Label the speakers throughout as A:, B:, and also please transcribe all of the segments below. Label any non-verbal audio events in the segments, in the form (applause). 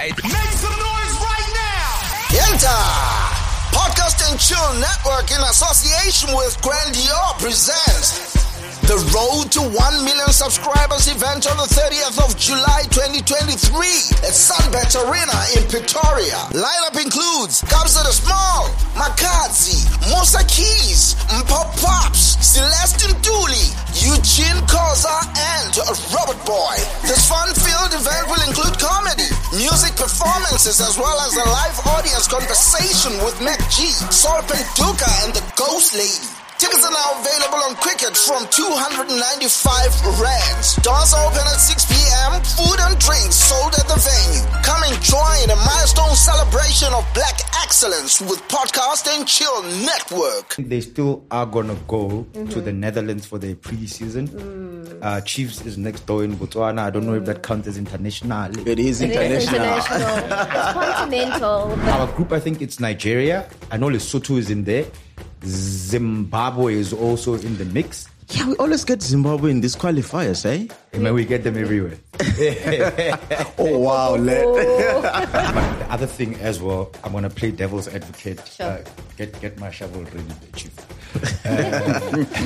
A: Make some noise right now!
B: Yenta! Podcast and Chill Network in association with Grandior presents the Road to 1 Million Subscribers event on the 30th of July 2023 at Sunbet Arena in Pretoria. Lineup includes Kabza the Small, Makazi, Musa Keys, Mpop Pops, Celestine Dooley, Eugene Koza, and Robert Boy. This fun-filled event will include comedy, music performances, as well as a live audience conversation with Mac G, Solpent Duka, and the Ghost Lady. Tickets are now available on Cricket from 295 rands. Doors open at 6 p.m. Food and drinks sold at the venue. Come and join a milestone celebration of black excellence with Podcast and Chill Network.
C: They still are gonna go to
D: Mm-hmm.
C: the Netherlands for their pre-season.
D: Mm.
C: Uh, Chiefs is next door in Botswana. I don't know if that counts as international.
E: It is
D: It is
E: international.
D: international. it's continental.
C: Our group, I think it's Nigeria. I know Lesotho is in there. Zimbabwe is also in the mix.
E: Yeah, we always get Zimbabwe in these qualifiers, eh?
C: And then we get them everywhere.
E: Oh wow, let (laughs)
D: Oh,
C: but the other thing as well, I'm gonna play devil's advocate.
D: Sure.
C: Uh, get get my shovel ready, Chief.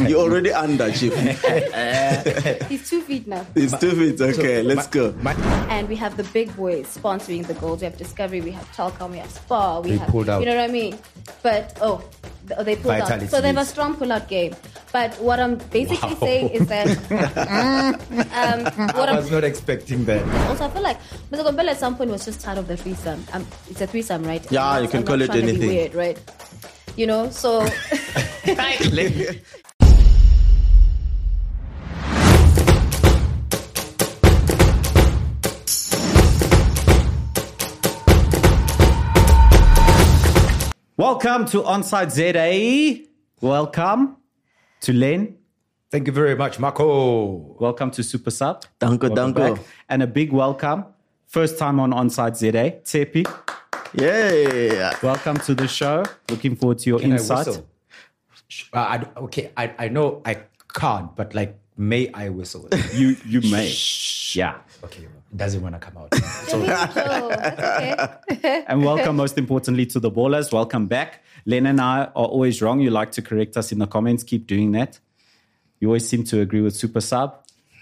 E: you already under chief.
D: he's two feet now.
E: It's two feet. Okay, let's go.
D: And we have the big boys sponsoring the goals. We have Discovery, we have Telkom, we have Spa. We
C: They
D: have,
C: pulled out.
D: You know what I mean? But, oh, th- they pulled
C: Vitality
D: out. So they have a
C: leads.
D: strong pull-out game. But what I'm basically
C: Wow.
D: saying is that... um, what
C: I
D: I'm
C: was not expecting that.
D: Also, I feel like Mr. Gombele at some point was just tired of the threesome. Um, it's a threesome, right?
E: Yeah,
D: I'm
E: you can
D: I'm
E: call it
D: trying to be
E: anything.
D: Weird, right? You know, so
F: Welcome to Onside ZA. Welcome to Len.
C: Thank you very much, Marco.
F: Welcome to Super Sub.
E: Danko,
F: Welcome
E: danko.
F: back. And a big welcome. First time on Onside ZA. Tepi,
E: Yeah.
F: welcome to the show. Looking forward to your
C: Can I
F: insight.
C: whistle? Sh- Uh, I d okay, I, I know I can't, but like, may I whistle?
F: You you may. Yeah.
C: okay, it doesn't want to come out.
D: There we go. That's okay.
F: And welcome, most importantly, to the ballers. Welcome back. Len and I are always wrong. You like to correct us in the comments. Keep doing that. You always seem to agree with Super Sub.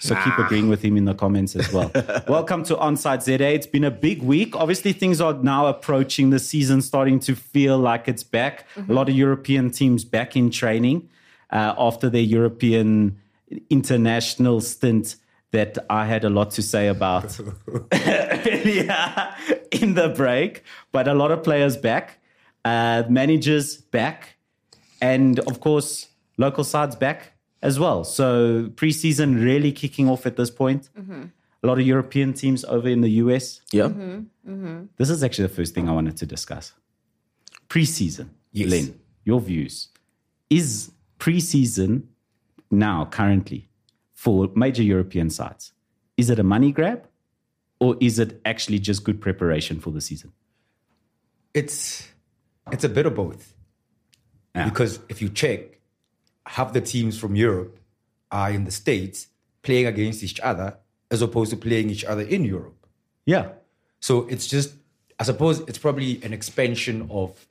F: So keep agreeing with him in the comments as well. welcome to Onside ZA. It's been a big week. Obviously, things are now approaching the season, starting to feel like it's back. A lot of European teams back in training uh, after their European international stint that I had a lot to say about earlier (laughs) in the break, but a lot of players back, uh, managers back, and of course, local sides back as well. So preseason really kicking off at this point. A lot of European teams over in the US.
E: Yeah.
F: This is actually the first thing I wanted to discuss. Preseason,
C: Yes.
F: Len, your views. Is preseason now currently for major European sides? Is it a money grab or is it actually just good preparation for the season?
C: it's it's a bit of both
F: Yeah.
C: because if you check half the teams from europe are in the states playing against each other as opposed to playing each other in europe
F: Yeah.
C: so it's just i suppose it's probably an expansion of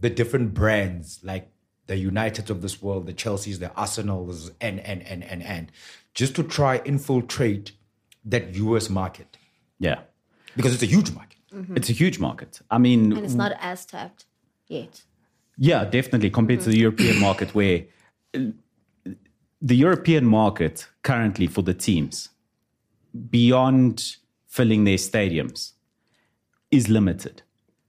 C: the different brands like the uniteds of this world the chelseas the arsenals and and and and and just to try infiltrate that us market
F: Yeah.
C: because it's a huge market
F: It's a huge market. I mean,
D: (laughs) And it's not as tapped yet.
F: Yeah, definitely. Compared to the European market, where uh, the European market currently for the teams, beyond filling their stadiums, is limited.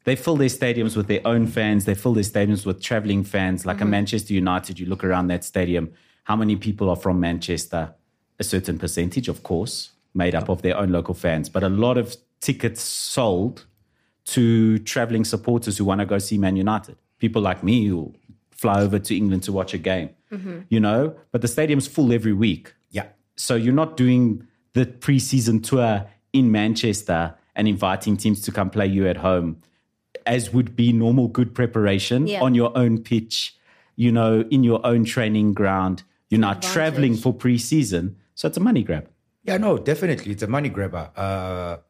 F: They fill their stadiums with their own fans. They fill their stadiums with traveling fans. Like a Manchester United, you look around that stadium, how many people are from Manchester? A certain percentage, of course, made up of their own local fans, but a lot of tickets sold to traveling supporters who want to go see Man United. People like me who fly over to England to watch a game,
D: Mm-hmm.
F: you know, but the stadium's full every week.
C: yeah
F: So you're not doing the preseason tour in Manchester and inviting teams to come play you at home, as would be normal good preparation
D: Yeah.
F: on your own pitch, you know, in your own training ground. You're not
D: Advantage.
F: traveling for preseason. So it's a money grab.
C: Yeah, no, definitely. It's a money grabber. Uh,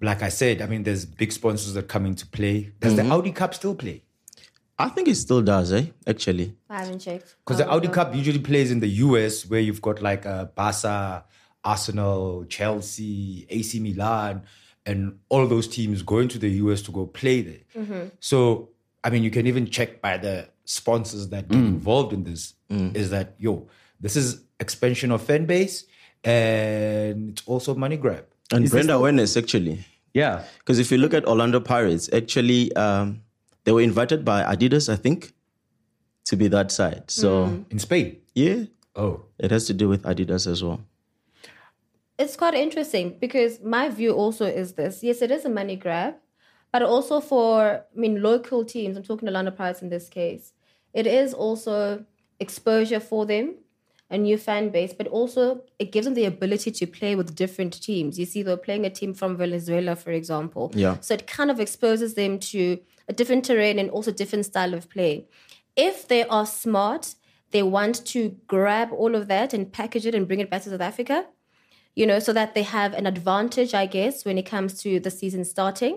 C: like I said, I mean, there's big sponsors that come into play. Does the Audi Cup still play?
G: I think it still does, eh? Actually.
D: I haven't checked.
C: Because the
D: Oh,
C: Audi Cup usually plays in the US, where you've got like uh, Barca, Arsenal, Chelsea, AC Milan, and all those teams going to the US to go play there.
D: Mm-hmm.
C: So, I mean, you can even check by the sponsors that get involved in this is that, yo, this is expansion of fan base and it's also money grab.
G: And brand awareness, actually.
F: Yeah.
G: Because if you look at Orlando Pirates, actually, um, they were invited by Adidas, I think, to be that side. So,
C: In Spain.
G: yeah,
C: Oh.
G: it has to do with Adidas as well.
D: it's quite interesting because my view also is this yes it is a money grab but also for i mean local teams i'm talking to london pirates in this case it is also exposure for them a new fan base but also it gives them the ability to play with different teams you see they're playing a team from venezuela for example
G: Yeah.
D: so it kind of exposes them to a different terrain and also different style of play if they are smart they want to grab all of that and package it and bring it back to south africa you know, so that they have an advantage, I guess, when it comes to the season starting.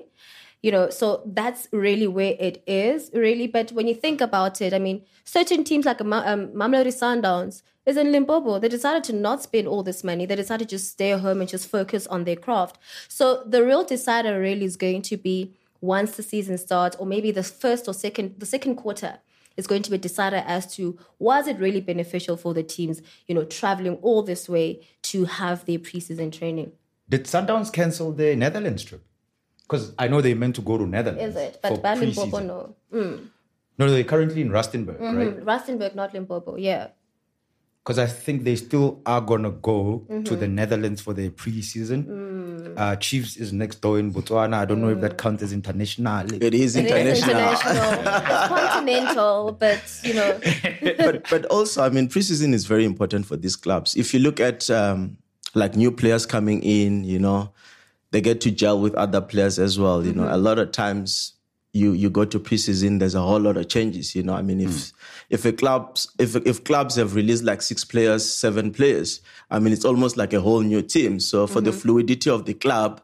D: You know, so that's really where it is, really. But when you think about it, I mean, certain teams like Ma- um, Mamelodi Sundowns is in Limpopo. They decided to not spend all this money. They decided to just stay home and just focus on their craft. So the real decider really is going to be once the season starts, or maybe the first or second, the second quarter is going to be decided as to was it really beneficial for the teams, you know, traveling all this way to have their preseason training.
C: Did Sundowns cancel their Netherlands trip? Because I know they meant to go to Netherlands.
D: Is it?
C: for
D: But by Limpopo,
C: pre-season.
D: no. Mm,
C: No, they're currently in Rustenburg,
D: Mm-hmm.
C: right?
D: Rustenburg, not Limpopo. Yeah.
C: because I think they still are gonna go to
D: Mm-hmm.
C: the Netherlands for their preseason.
D: Mm.
C: Uh, Chiefs is next door in Botswana. I don't know if that counts as international.
G: It is
D: It is
G: international.
D: international. (laughs) it's continental, but, you know, (laughs)
G: but but also, I mean, preseason is very important for these clubs. If you look at um, like new players coming in, you know, they get to gel with other players as well. You
D: Mm-hmm.
G: know, a lot of times you you go to preseason, there's a whole lot of changes. You know, I mean, if
D: Mm.
G: if a clubs if if clubs have released like six players, seven players, I mean, it's almost like a whole new team. So for
D: Mm-hmm.
G: the fluidity of the club.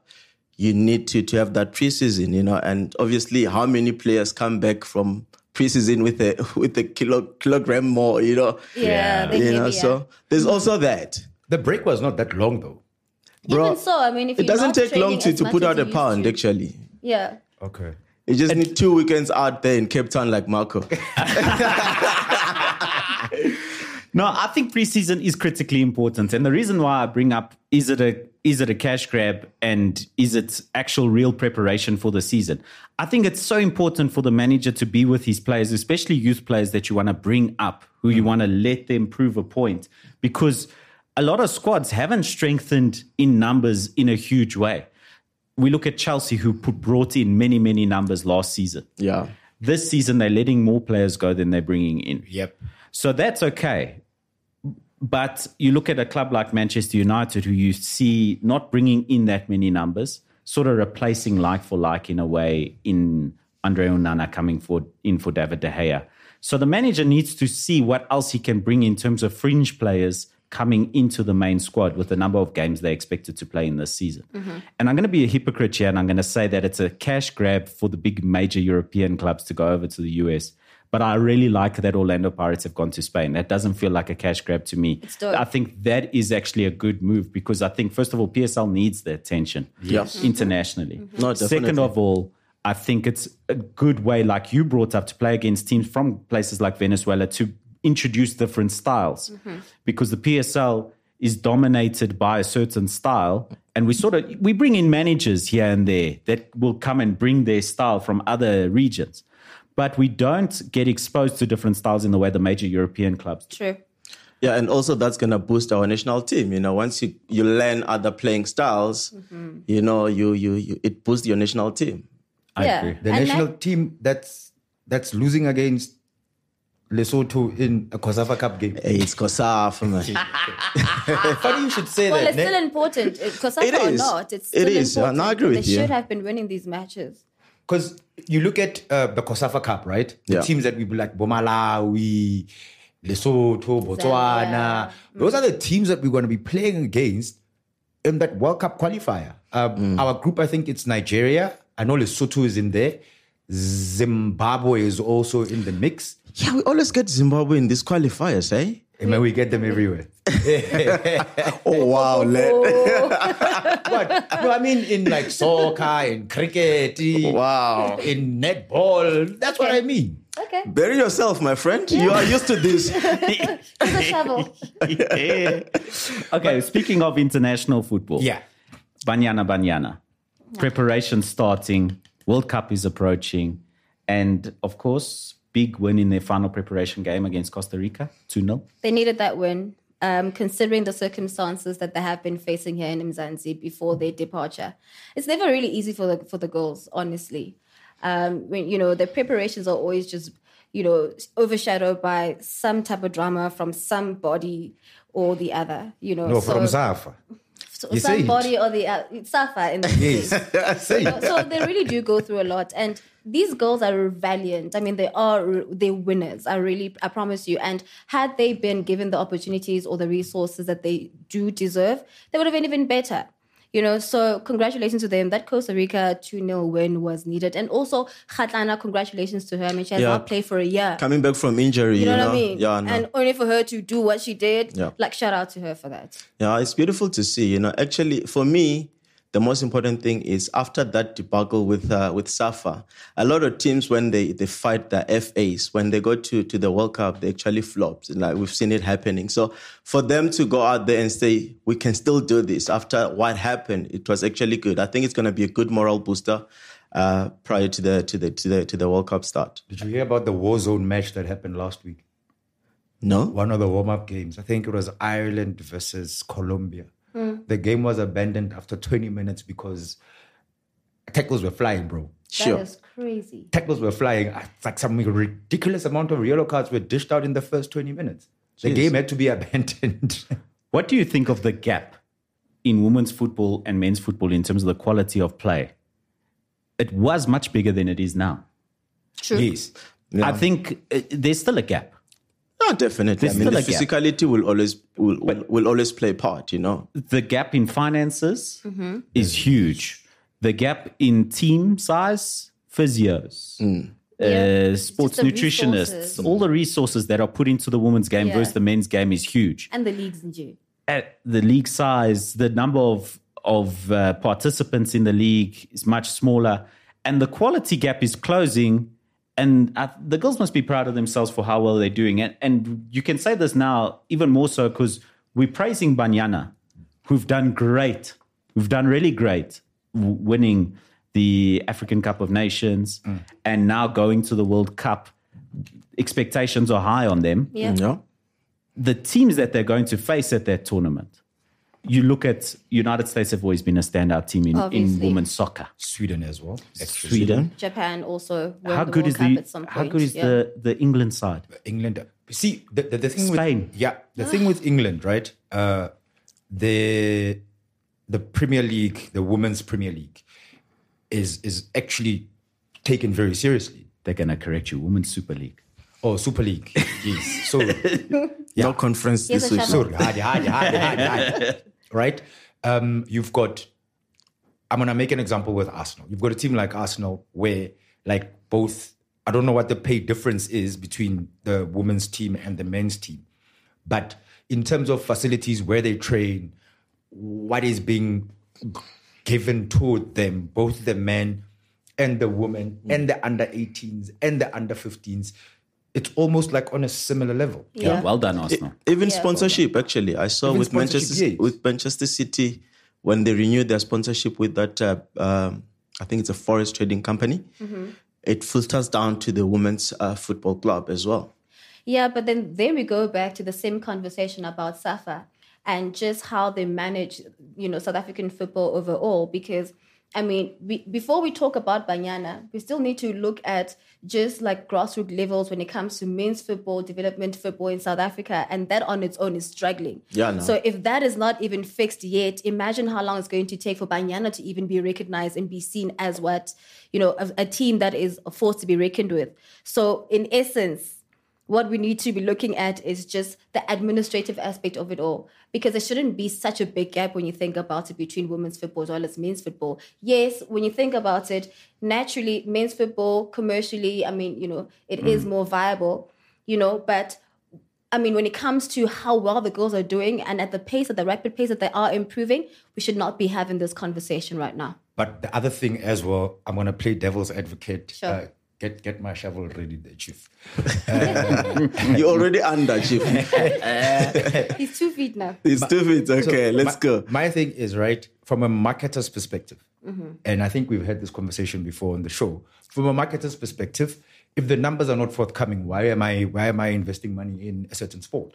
G: You need to, to have that preseason, you know, and obviously, how many players come back from preseason with a (laughs) with a kilo, kilogram more, you know,
D: yeah, they
G: you
D: give
G: know.
D: you-
G: So there's also that,
C: The break was not that long though.
G: bro.
D: Even so, I mean, if
G: it
D: you're
G: doesn't
D: not
G: take long
D: training
G: to,
D: as
G: to
D: much
G: put
D: as
G: out
D: you
G: a
D: used
G: pound,
D: to.
G: actually.
D: Yeah.
C: Okay.
G: You just need two weekends out there in Cape Town, like Marco.
F: No, I think preseason is critically important, and the reason why I bring up is it a is it a cash grab and is it actual real preparation for the season? I think it's so important for the manager to be with his players, especially youth players that you want to bring up, who you want to let them prove a point, because a lot of squads haven't strengthened in numbers in a huge way. We look at Chelsea, who put, brought in many many numbers last season.
G: yeah,
F: This season, they're letting more players go than they're bringing in.
C: Yep.
F: So that's okay. But you look at a club like Manchester United, who you see not bringing in that many numbers, sort of replacing like for like in a way in Andre Onana coming for, in for David De Gea. So the manager needs to see what else he can bring in terms of fringe players coming into the main squad with the number of games they're expected to play in this season. And I'm going to be a hypocrite here and I'm going to say that it's a cash grab for the big major European clubs to go over to the US. But I really like that Orlando Pirates have gone to Spain. That doesn't feel like a cash grab to me.
D: dope.
F: I think that is actually a good move because I think, first of all, PSL needs the attention
G: Yes.
F: internationally.
G: No,
F: Second
G: definitely.
F: of all, I think it's a good way, like you brought up, to play against teams from places like Venezuela to introduce different styles because the PSL is dominated by a certain style. And we sort of we bring in managers here and there that will come and bring their style from other regions. But we don't get exposed to different styles in the way the major European clubs
G: (laughs)
F: do.
D: True.
G: yeah, and also that's gonna boost our national team. You know, once you you learn other playing styles, you know, you, you you it boosts your national team.
D: yeah.
F: agree.
C: The
D: And
C: national
D: like-
C: team that's that's losing against Lesotho in a Kosafa Cup game.
G: Hey, it's Kosaf, man.
C: Funny you should say
D: well,
C: that.
D: it's
C: ne?
D: still important because
G: It
D: or
G: is.
D: not, it's
G: It
D: still
G: is. And I
D: important.
G: agree with
D: they
G: you.
D: should have been winning these
G: (laughs)
D: matches.
C: because you look at uh, the Kosafa Cup, right? The
G: Yeah.
C: teams that we be like Bomalawi, Lesotho, Botswana. Those are the teams that we're going to be playing against in that World Cup qualifier.
G: Mm.
C: Um, Our group, I think it's Nigeria. I know Lesotho is in there. Zimbabwe is also in the mix.
G: Yeah, we always get Zimbabwe in these qualifiers, eh?
C: And man, we get them everywhere.
E: Oh wow, lad.
D: Oh,
C: But no, I mean, in like soccer, in cricket,
G: (laughs)
C: in-
G: Wow.
C: in netball. That's what I mean.
D: Okay.
G: Bury yourself, my friend. You are used to this.
D: The shovel.
F: Okay, speaking of international football.
C: Yeah.
F: Banyana Banyana. Preparation starting, World Cup is approaching, and of course, big win in their final preparation game against Costa Rica, 2 0.
D: They needed that win, um, considering the circumstances that they have been facing here in Mzanzi before their departure. It's never really easy for the for the girls, honestly. Um, when you know the preparations are always just you know overshadowed by some type of drama from somebody or the other. You know,
C: No,
D: so-
C: from (laughs) Zafa.
D: so
C: You say it.
D: somebody or the other, Safa in the
C: Yes. Say it.
D: so they really do go through a lot and these girls are valiant i mean they are they're winners i really i promise you and had they been given the opportunities or the resources that they do deserve they would have been even better you know, so congratulations to them. That Costa Rica 2 0 win was needed. And also, Khatlana, congratulations to her. I mean, she has
G: Yeah.
D: not played for a year.
G: Coming back from injury, you
D: you
G: know?
D: know, what I mean?
G: Yeah, I know.
D: And only for her to do what she did,
G: Yeah.
D: like, shout out to her for that.
G: Yeah, it's beautiful to see. You know, actually, for me, the most important thing is after that debacle with uh, with Safa, a lot of teams when they they fight the FAs when they go to to the World Cup, they actually flops. Like we've seen it happening. So for them to go out there and say we can still do this after what happened, it was actually good. I think it's going to be a good moral booster uh, prior to the to the to the to the World Cup start.
C: Did you hear about the war zone match that happened last week?
G: No,
C: One of the warm up games. I think it was Ireland versus Colombia. The game was abandoned after 20 minutes because tackles were flying, bro.
G: sure.
D: That is crazy.
C: Tackles were flying. It's like some ridiculous amount of yellow cards were dished out in the first 20 minutes. The game had to be (laughs) abandoned.
F: What do you think of the gap in women's football and men's football in terms of the quality of play? It was much bigger than it is now.
D: True.
F: Yes. I think uh, there's still a gap.
G: No, definitely. I
F: There's
G: mean, the
F: still a gap.
G: physicality will always will, will, will always play a part. You know.
F: the gap in finances is huge. The gap in team size, physios,
D: Yeah.
F: uh, sports
D: Just the
F: nutritionists,
D: resources.
F: all the resources that are put into the women's game
D: Yeah.
F: versus the men's game is huge.
D: And the leagues in June.
F: At the league size, the number of of uh, participants in the league is much smaller, and the quality gap is closing. And I, the girls must be proud of themselves for how well they're doing. And, and you can say this now even more so because we're praising Banyana, who've done great, who've done really great, w- winning the African Cup of Nations and now going to the World Cup. Expectations are high on them
D: Yeah.
G: Yeah.
F: the teams that they're going to face at that tournament. You look at United States have always been a standout team in, in
D: Obviously.
F: women's soccer.
C: Sweden as well.
F: Sweden.
D: Japan also won
F: How
D: the
F: good
D: World
F: is
D: Cup
F: the
D: at some point.
F: how good is
D: yeah.
F: the the England side?
C: England. See, the, the, the thing
F: Spain.
C: with yeah, the thing with England, right? Uh, the the Premier League, the Women's Premier League, is is actually taken very seriously.
F: They're gonna correct you, Women's Super League.
C: Oh, Super League, yes. So
G: No conference
D: Yes,
G: this
D: I
G: week.
D: shall.
C: sorry, hard, hard, hard, hard, hard. right? Um, you've got. I'm gonna make an example with Arsenal. You've got a team like Arsenal where, like, both. I don't know what the pay difference is between the women's team and the men's team. But in terms of facilities, where they train, what is being given to them, both the men and the women, and the under 18s and the under 15s, it's almost like on a similar level.
F: Yeah.
D: Yeah.
F: well done, Arsenal.
G: Even sponsorship, actually, I saw
C: Even
G: with Manchester
C: sponsorship, yes.
G: with Manchester City when they renewed their sponsorship with that. Uh, um, I think it's a forest trading company.
D: Mm-hmm.
G: It filters down to the women's uh, football club as
C: (laughs)
G: well. (laughs)
D: Yeah, but then there we go back to the same conversation about Safa and just how they manage, you know, South African football overall. Because I mean, we, before we talk about Banyana, we still need to look at just like grassroots levels when it comes to men's football, development football in South Africa, and that on its own is struggling.
G: Yeah, no.
D: So if that is not even fixed yet, imagine how long it's going to take for Banyana to even be recognized and be seen as what, you know, a, a team that is a force to be reckoned with. So in essence what we need to be looking at is just the administrative aspect of it all. Because there shouldn't be such a big gap when you think about it between women's football as well as men's football. Yes, when you think about it, naturally, men's football commercially, I mean, you know, it is
G: Mm.
D: more viable, you know, but I mean, when it comes to how well the girls are doing and at the pace, at the rapid pace that they are improving, we should not be having this conversation right now.
C: But the other thing as well, I'm gonna play devil's advocate.
D: Sure.
C: Uh, get get my shovel ready, the
G: (laughs)
C: chief. Uh,
G: You're already under,
C: (laughs)
G: Chief.
D: He's two feet now.
G: It's two feet.
C: So
G: Okay, let's
C: my-
G: go.
C: My thing is right from a marketer's perspective, and I think we've had this conversation before on the show. From a marketer's perspective, if the numbers are not forthcoming, why am I why am I investing money in a certain sport?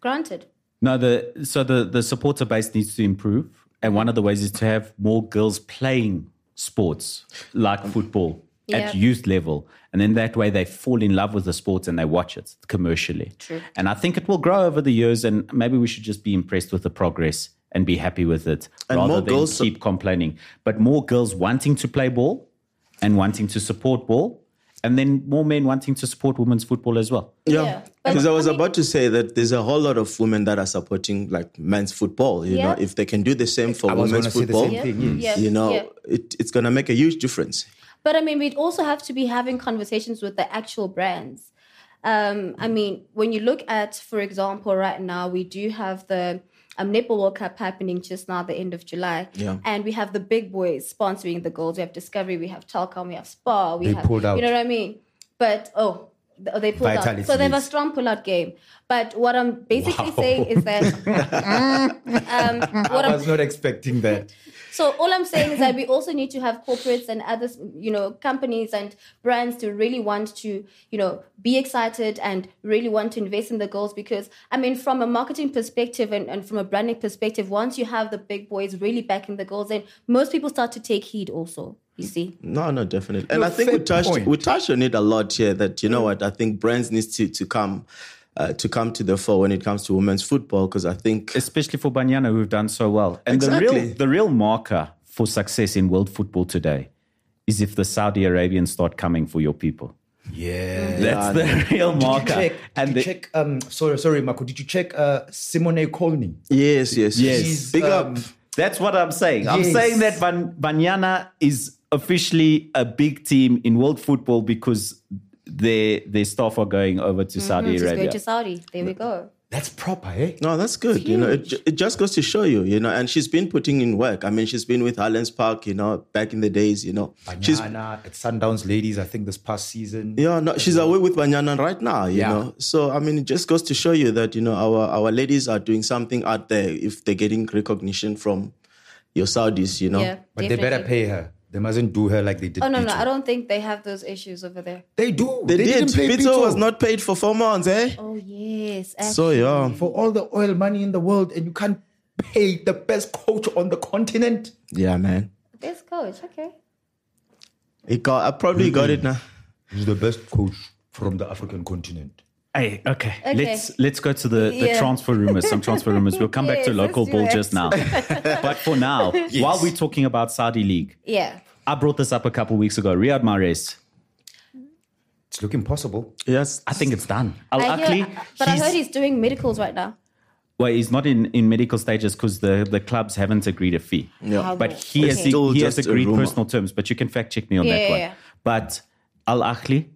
D: Granted.
F: No, the so the the supporter base needs to improve, and one of the ways is to have more girls playing sports like football at
D: Yeah.
F: youth level, and then that way they fall in love with the sport and they watch it commercially. True. And I think it will grow over the years, and maybe we should just be impressed with the progress and be happy with it,
G: And
F: rather
G: more
F: than
G: girls-
F: keep complaining. But more girls wanting to play ball and wanting to support ball, and then more men wanting to support women's football as well.
G: Yeah.
D: Yeah. But,
G: Because I
D: I
G: was
D: mean-
G: about to say that there's a whole lot of women that are supporting like men's football. You know,
D: Yeah.
G: if they can do the same for
C: I was
G: women's
C: gonna say the
G: football,
C: same
D: Yeah.
C: thing. yes.
D: Yeah.
G: you know,
D: Yeah.
G: it, it's gonna make a huge difference.
D: But I mean, we'd also have to be having conversations with the actual brands. Um, I mean, when you look at, for example, right now, we do have the um, Netball World Cup happening just now, the end of July.
G: Yeah.
D: And we have the big boys sponsoring the goals. We have Discovery, we have Telcom, we have Spa. We
C: They
D: have,
C: pulled out.
D: You know what I mean? But, oh, th- they pulled
C: Vitality
D: out. So they have a
C: leagues.
D: strong pull-out game. But what I'm basically
C: Wow.
D: saying is
C: (laughs)
D: that... um, what
C: I
D: I'm
C: was not expecting (laughs) that.
D: so all I'm saying is that we also need to have corporates and other, you know, companies and brands to really want to, you know, be excited and really want to invest in the girls because I mean, from a marketing perspective and, and from a branding perspective, once you have the big boys really backing the girls, then most people start to take heed. Also, you see,
G: No, no, definitely. And
C: No,
G: I think we
C: fair
G: touched
C: point. Mm.
G: we touched on it a lot here. That you know what I think brands needs to to come uh, to come to the fore when it comes to women's football because I think
F: especially for Banyana, who've done so well. And the
G: Exactly.
F: real the real marker for success in world football today is if the Saudi Arabians start coming for your people.
C: Yeah.
F: That's the real marker.
C: Mm. Check,
F: and
C: did
F: the,
C: you check um sorry sorry Marco did you check uh Simone Colney
G: yes, yes,
C: She's,
G: Big
C: um,
G: up.
F: that's what I'm saying. I'm
C: Yes.
F: saying that Ban- Banyana is officially a big team in world football because their their staff are going over to Saudi
D: Mm-hmm. just go
F: Arabia.
D: to Saudi. There we go.
C: that's proper eh
G: No, that's good. You know, it, ju- it just goes to show you, you know, and she's been putting in work. I mean, she's been with Highlands Park, you know, back in the days, you know. She's
C: Banyana at Sundowns ladies I think this past season
G: yeah, no, she's away with Banyana right now, you
C: Yeah.
G: know. So I mean, it just goes to show you that you know our our ladies are doing something out there if they're getting recognition from your Saudis, you know.
D: Yeah,
C: but they better pay her they mustn't do her like they did
D: Oh no, no,
C: Pito.
D: I don't think they have those issues over there.
C: they do
G: They, did.
C: didn't pay
G: Pizzo was not paid for four months, eh?
D: Oh yes.
G: So yeah,
C: for all the oil money in the world and you can't pay the best coach on the continent
G: yeah, man.
D: this coach, okay.
G: He got. I probably got it now.
C: he's the best coach from the African continent
F: Hey, okay.
D: Okay.
F: Let's let's go to the, the
D: Yeah.
F: transfer rumors. Some transfer rumors. We'll come back to
D: (laughs) Yes,
F: local
D: let's do
F: ball
D: it.
F: just now. but for
C: (laughs)
F: now, while we're talking about Saudi league,
D: Yeah.
F: I brought this up a couple weeks ago. Riyad Mahrez.
C: it's looking possible
G: Yes,
F: I think it's done. Al
D: I hear,
F: Akli.
D: but I heard he's doing medicals right now.
F: well, he's not in, in medical stages because the, the clubs haven't agreed a fee.
G: Yeah.
F: But he
D: It's
F: has
G: still
F: he has
G: just a
F: agreed
G: rumor.
F: personal terms. But you can fact check me on
D: Yeah,
F: that
D: yeah,
F: one.
D: yeah.
F: But Al Akli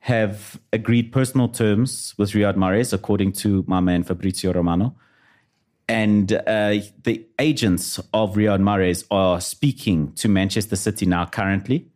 F: have agreed personal terms with Riyad Mahrez, according to my man Fabrizio Romano. And uh, the agents of Riyad Mahrez are speaking to Manchester City now currently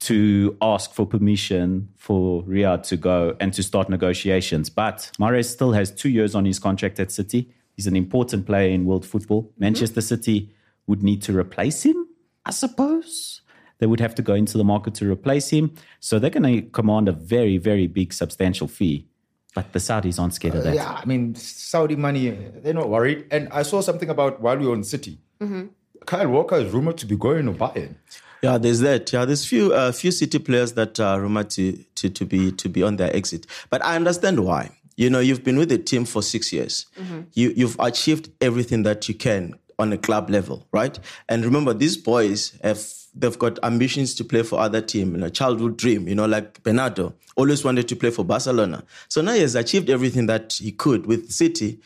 F: to ask for permission for Riyad to go and to start negotiations. But Mahrez still has two years on his contract at City. He's an important player in world football. Manchester City would need to replace him, I suppose. They would have to go into the market to replace him. So they're going to command a very, very big, substantial fee. But the Saudis aren't scared of that.
C: yeah I mean Saudi money they're not worried and I saw something about while we were on City
D: Mm-hmm.
C: Kyle Walker is rumored to be going to Bayern
G: Yeah, there's that. Yeah, there's few uh, few city players that are rumored to, to to be to be on their exit. But I understand why. You know, you've been with the team for six years.
D: Mm-hmm.
G: You you've achieved everything that you can on a club level, right? And remember, these boys have they've got ambitions to play for other team, you know, childhood dream, you know, like Bernardo always wanted to play for Barcelona. So now he has achieved everything that he could with City.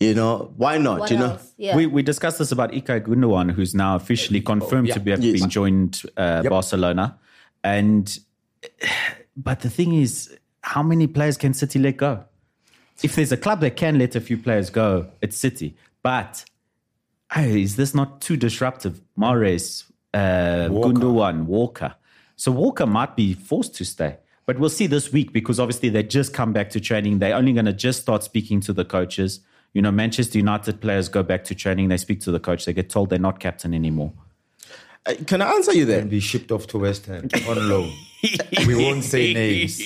G: You know, why not?
D: What
G: you know,
D: else? Yeah.
F: We, we discussed this about Ikay Gundogan, who's now officially confirmed to be, have
G: Yes.
F: been joined uh, Barcelona. And but the thing is, how many players can City let go? If there's a club that can let a few players go, it's City. But hey, is this not too disruptive? Mares, uh, Gundogan, Walker. So Walker might be forced to stay. But we'll see this week because obviously they just come back to training. They're only going to just start speaking to the coaches. You know, Manchester United players go back to training. They speak to the coach. They get told they're not captain anymore.
G: Uh, Can I answer you there?
C: Be shipped off to West Ham on (laughs) loan. we won't say (laughs) names.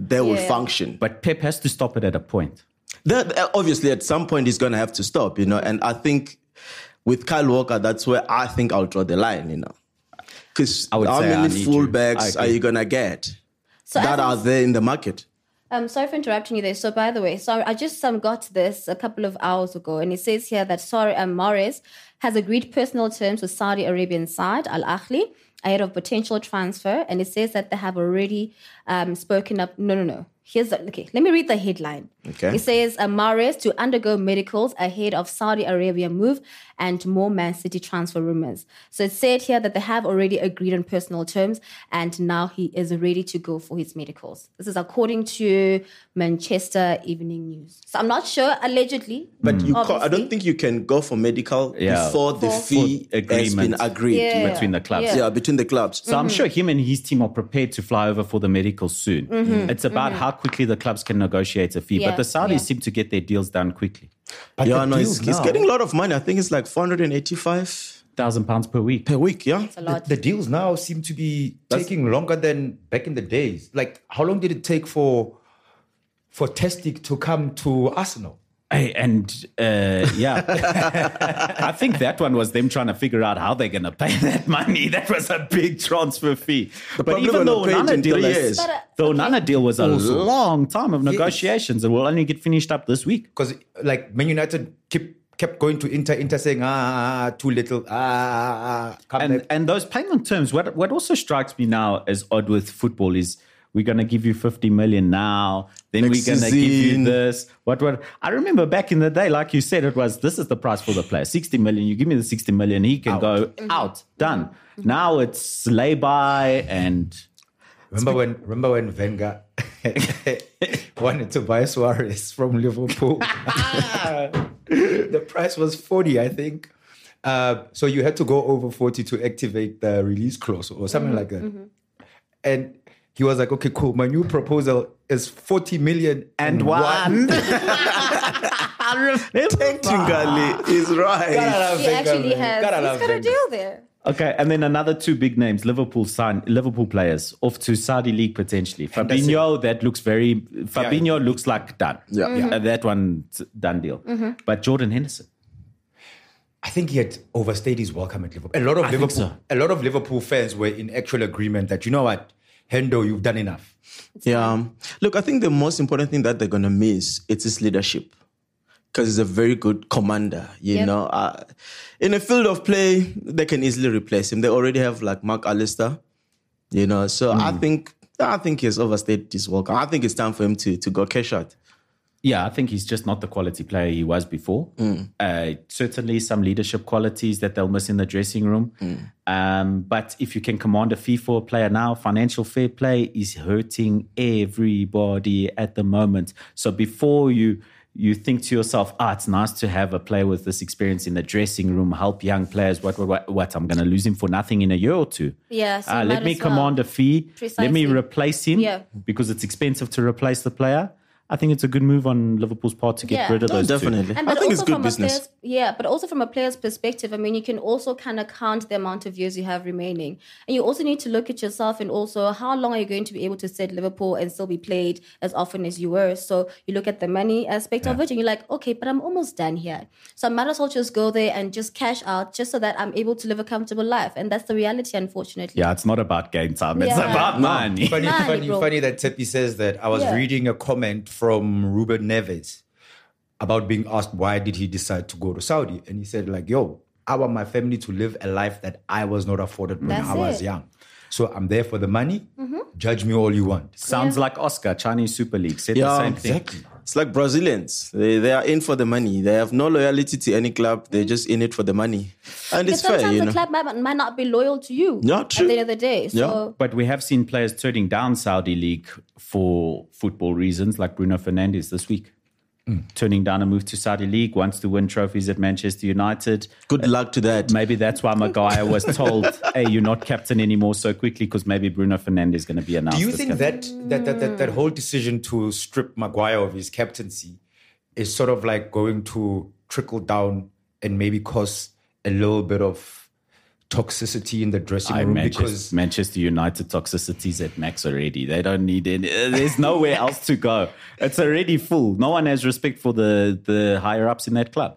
D: Yeah.
G: function. But
F: But Pep has to stop it at a point.
G: that, uh, obviously, at some point, is going to have to stop, you know. And I think with Kyle Walker, that's where I think I'll draw the line, you know, because
F: would
G: how
F: say I
G: many
F: need to.
G: fullbacks
F: I
G: are
F: agree.
G: you going to get
D: so
G: that
D: as I
G: are
D: was
G: there in the market?
D: Um, sorry for interrupting you there. So, by the way, so I just um, got this a couple of hours ago, and it says here that sorry, um, Mahrez has agreed personal terms with Saudi Arabian side Al Ahly ahead of potential transfer, and it says that they have already um, spoken up. No, no, no. Here's the, okay. Let me read the headline.
G: Okay.
D: It says uh, Mahrez to undergo medicals ahead of Saudi Arabia move and more Man City transfer rumors. So it said here that they have already agreed on personal terms and now he is ready to go for his medicals. This is according to Manchester Evening News. So I'm not sure, allegedly.
G: But you, ca- I
D: Mm. Obviously.
G: don't think you can go for medical
F: Yeah.
G: before the
D: For-
G: fee
F: For
G: has been
F: agreement.
G: agreed.
D: Yeah.
F: between the clubs.
G: Yeah, between the clubs.
F: So I'm sure him and his team are prepared to fly over for the medical soon. Mm-hmm. It's about how quickly the clubs can negotiate a fee.
D: Mm-hmm. Yeah,
F: But the Saudis
D: yeah.
F: seem to get their deals done quickly.
C: But
G: yeah,
C: the
G: no, he's,
C: deal
G: he's
C: now-
G: getting a lot of money. I think it's like 485
F: Thousand pounds per week.
G: per week. Yeah.
D: It's a
C: the,
D: lot.
C: the deals now seem to be taking longer than back in the days. Like, how long did it take for for Testic to come to Arsenal?
F: Hey, and uh, yeah, (laughs) I think that one was them trying to figure out how they're going to pay (laughs) that money. That was a big transfer fee. But
G: probably
F: even
G: won't
F: the
G: pay it
F: Onana
G: in
F: deal,
G: three
F: is,
G: years.
D: But, uh,
F: the Onana deal was a
C: Also.
F: long time of negotiations, and will only get finished up this week.
C: Because like Man United keep kept going to Inter, Inter saying ah too little ah come
F: and
C: back.
F: and those payment terms. What what also strikes me now as odd with football is we're going to give you fifty million now, then
G: Next
F: we're going to give
G: season.
F: you this. What what? I remember back in the day, like you said, it was this is the price for the player, sixty million. You give me the sixty million, he can go out, Mm-hmm. done. Now it's lay by and.
C: Remember when remember when Wenger (laughs) wanted to buy Suarez from Liverpool? (laughs) the price was 40, I think. Uh, so you had to go over 40 to activate the release clause or something
D: Mm-hmm,
C: like that. And he was like, okay, cool. My new proposal is 40 million
D: Mm.
F: And one. (laughs)
C: (laughs)
F: I remember.
G: Tingali is
C: Gotta
G: right.
C: love
D: He
C: Wenger,
D: actually
C: man.
D: has.
C: Gotta
D: he's
C: love
D: got a
C: Wenger.
D: deal there.
F: Okay, and then another two big names, Liverpool sign Liverpool players off to Saudi league potentially. Fabinho, that looks very Fabinho looks like done.
G: Yeah. Mhm.
F: Uh, that one done deal. But Jordan Henderson,
C: I think he had overstayed his welcome at Liverpool. A lot of
F: think
C: Liverpool,
F: so.
C: a lot of Liverpool fans were in actual agreement that you know what, Hendo, you've done enough.
G: Yeah. Look, I think the most important thing that they're going to miss it's his leadership. Because he's a very good commander, you
D: Yep.
G: know. Uh, in a field of play, they can easily replace him. They already have like Mark Allister, you know. So
D: Hmm.
G: I think I think he's overstayed his welcome. I think it's time for him to to go cash out.
F: yeah, I think he's just not the quality player he was before. Uh, certainly some leadership qualities that they'll miss in the dressing room. Um, but if you can command a fee for a player now, financial fair play is hurting everybody at the moment. So before you you think to yourself, ah, it's nice to have a player with this experience in the dressing room, help young players. What, what, what? what I'm going to lose him for nothing in a year or two.
D: Yeah, so
F: Ah,
D: you
F: let
D: might
F: me
D: as well.
F: command a fee. Let me
D: Precisely.
F: replace him
D: Yeah.
F: because it's expensive to replace the player. I think it's a good move on Liverpool's part to get
D: Yeah.
F: rid of
D: No,
F: those two.
G: definitely.
D: And
G: I
D: but
G: think it's
D: also
G: good
D: from
G: business.
D: a player's yeah, but also from a player's perspective, I mean, you can also kind of count the amount of years you have remaining, and you also need to look at yourself and also how long are you going to be able to sit Liverpool and still be played as often as you were. So you look at the money aspect of it, and you're like, okay, but I'm almost done here, so I might as well just go there and just cash out, just so that I'm able to live a comfortable life, and that's the reality, unfortunately.
F: Yeah, it's not about game time. It's
D: Yeah.
F: about money.
C: Funny,
D: Money,
C: funny,
D: bro.
C: funny that Tepi says that. I was
D: Yeah.
C: reading a comment from Ruben Neves about being asked why did he decide to go to Saudi, and he said like, "Yo, I want my family to live a life that I was not afforded when
D: That's
C: I was
D: it. Mm-hmm.
C: young. So I'm there for the money. Judge me all you
F: (laughs)
C: want.
F: Sounds like Oscar, Chinese Super League. Said
G: Yeah,
F: the same thing.
G: It's like Brazilians. They, they are in for the money. They have no loyalty to any club. They're just in it for the money. And
D: Hmm. Because
G: it's fair,
D: sometimes
G: you
D: the
G: know.
D: club might, might not be loyal to you
G: Yeah,
D: at
G: true.
D: the end of the day. So
F: But we have seen players turning down Saudi League for football reasons, like Bruno Fernandes this week.
G: Hmm.
F: Turning down a move to Saudi League, wants to win trophies at Manchester United.
G: Good luck to that.
F: Maybe that's why Maguire was told, hey, you're not captain anymore so quickly because maybe Bruno Fernandes is going to be announced.
C: Do you
F: as
C: think
F: captain.
C: that that, that that that whole decision to strip Maguire of his captaincy is sort of like going to trickle down and maybe cause a little bit of toxicity in the dressing
F: I
C: room
F: Manchester,
C: because
F: Manchester United toxicity's at max already. They don't need any. uh, There's nowhere else to go. It's already full. No one has respect for the the higher ups in that club.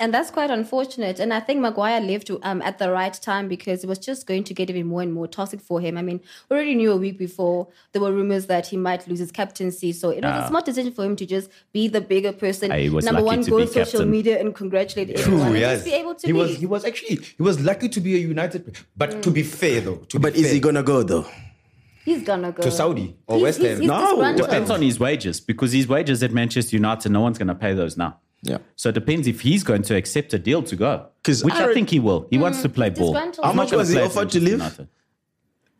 D: And that's quite unfortunate. And I think Maguire left um, at the right time because it was just going to get even more and more toxic for him. I mean, we already knew a week before there were rumors that he might lose his captaincy. So it was a smart decision for him to just be the bigger person.
F: Ah, he was
D: Number
F: lucky
D: one,
F: to
D: go
F: be
D: on social
F: captain.
D: media and congratulate everyone.
C: True,
D: and
C: yes.
D: Just be able to
C: he
D: be.
C: was he was actually he was lucky to be a United player. But to be fair though, to
G: But
C: be
G: is
C: fair,
G: he going to go, though?
D: he's gonna go
C: to Saudi or
D: He's-
C: West
D: he's-
C: Ham?
D: he's
G: No,
D: disgruntled.
F: Depends on his wages because his wages at Manchester United, no one's going to pay those now.
G: Yeah.
F: So it depends if he's going to accept a deal to go.
G: 'Cause
F: Which I,
G: I-
F: think he will. He wants to play ball.
D: disgruntled.
F: He's
D: How
F: not
D: much
F: gonna
G: was he
F: play at
G: offered
F: Manchester
G: to leave?
F: United.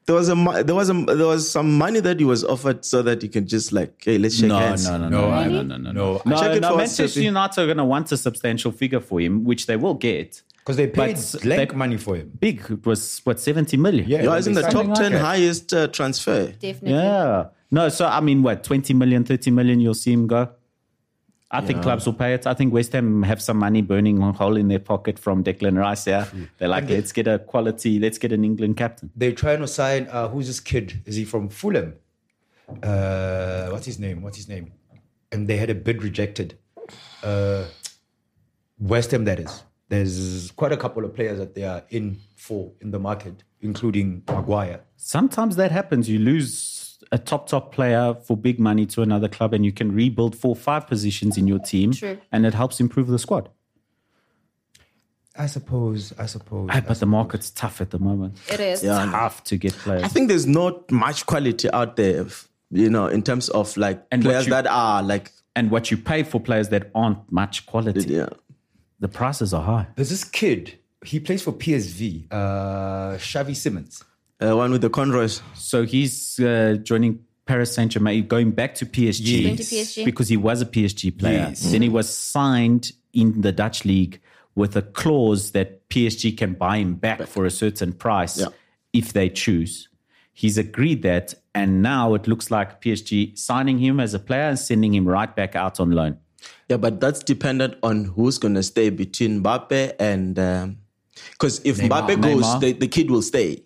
G: There was a mo- there was a there was some money that he was offered so that he can just like hey let's shake
F: No,
G: hands.
F: no, no, no,
C: No,
F: no,
C: I-
F: no, no, no,
C: no.
F: no.
G: Check it
F: no,
G: for us,
F: Manchester
G: Sophie.
F: United are going to want a substantial figure for him, which they will get.
C: Because they paid
F: But
C: blank
F: they-
C: money for him.
F: Big it was what seventy million.
C: Yeah.
G: Yeah, isn't the
C: Something
G: top
C: like
G: ten
C: that.
G: highest uh, transfer?
D: Definitely.
F: yeah. No, so I mean, what twenty million, thirty million? You'll see him go. I think clubs will pay it. I think West Ham have some money burning a hole in their pocket from Declan Rice. Yeah, they're like, let's get a quality, let's get an England captain.
C: They're trying to sign uh, who's this kid? Is he from Fulham? Uh, what's his name? What's his name? And they had a bid rejected. Uh, West Ham, that is. There's quite a couple of players that they are in for in the market, including Maguire.
F: Sometimes that happens. You lose a top top player for big money to another club, and you can rebuild four, five positions in your team,
D: True.
F: and it helps improve the squad.
C: I suppose. I suppose.
F: Ah, but the market's tough at the moment.
D: It is.
G: Yeah.
F: Tough to get
G: I
F: players.
G: think there's not much quality out there, f- you know, in terms of like
F: And what
G: players
F: you-
G: that are like
F: And what you pay for players that aren't much quality,
G: yeah.
F: the prices are high.
C: There's this kid. He plays for PSV. Uh, Xavi Simmons.
G: Uh, one with the cornrows.
F: So he's uh, joining Paris Saint Germain, going back to PSG,
D: Going to PSG.
F: because he was a PSG player. Then he was signed in the Dutch league with a clause that PSG can buy him back, for a certain price
G: Yeah.
F: if they choose. He's agreed that, and now it looks like PSG signing him as a player and sending him right back out on loan.
G: Yeah, but that's dependent on who's going to stay between Mbappe and because if Mbappe
F: Neymar.
G: goes, the, the kid will stay.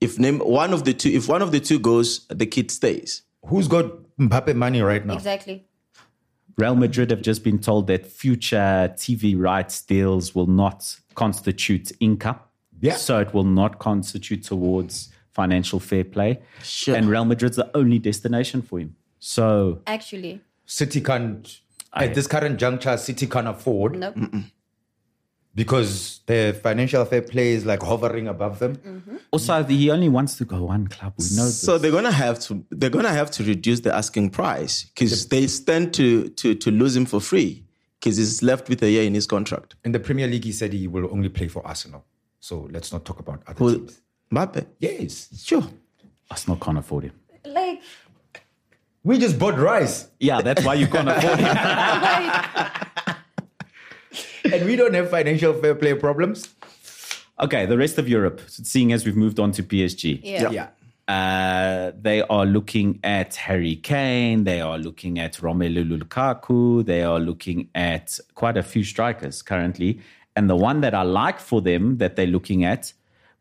G: If name, one of the two, if one of the two goes, the kid stays.
C: Who's got Mbappe money right now?
D: Exactly.
F: Real Madrid have just been told that future TV rights deals will not constitute income.
C: Yeah.
F: So it will not constitute towards financial fair play.
G: Sure.
F: And Real Madrid's the only destination for him. So
D: Actually.
C: City can't. At this current juncture, City can't afford
D: Nope.
C: because their financial fair play is like hovering above them.
F: also he only wants to go one club. We know this.
G: So they're gonna have to they're gonna have to reduce the asking price because they stand to to to lose him for free because he's left with a year in his contract.
C: In the Premier League, he said he will only play for Arsenal. So let's not talk about other
G: Who-
C: teams.
G: Mbappe,
C: Yes,
G: sure.
F: Arsenal can't afford him.
D: Like,
C: we just bought rice,
F: Yeah, that's why you can't afford (laughs) him.
C: and we don't have financial fair play problems.
F: Okay, the rest of Europe, seeing as we've moved on to PSG.
D: yeah.
C: Yeah,
F: Uh, they are looking at Harry Kane. They are looking at Romelu Lukaku. They are looking at quite a few strikers currently. And the one that I like for them that they're looking at,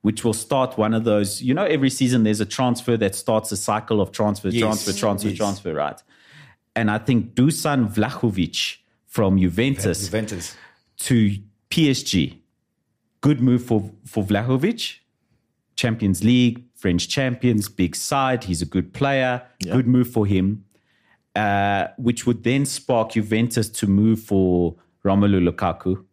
F: which will start one of those, you know, every season there's a transfer that starts a cycle of transfer,
C: Yes.
F: transfer, transfer,
C: Yes.
F: transfer, right? And I think Dusan Vlahovic from Juventus
C: Juventus.
F: to PSG. Good move for, for Vlahovic. Champions League, French champions, big side. He's a good player. Good move for him, uh, which would then spark Juventus to move for Romelu Lukaku.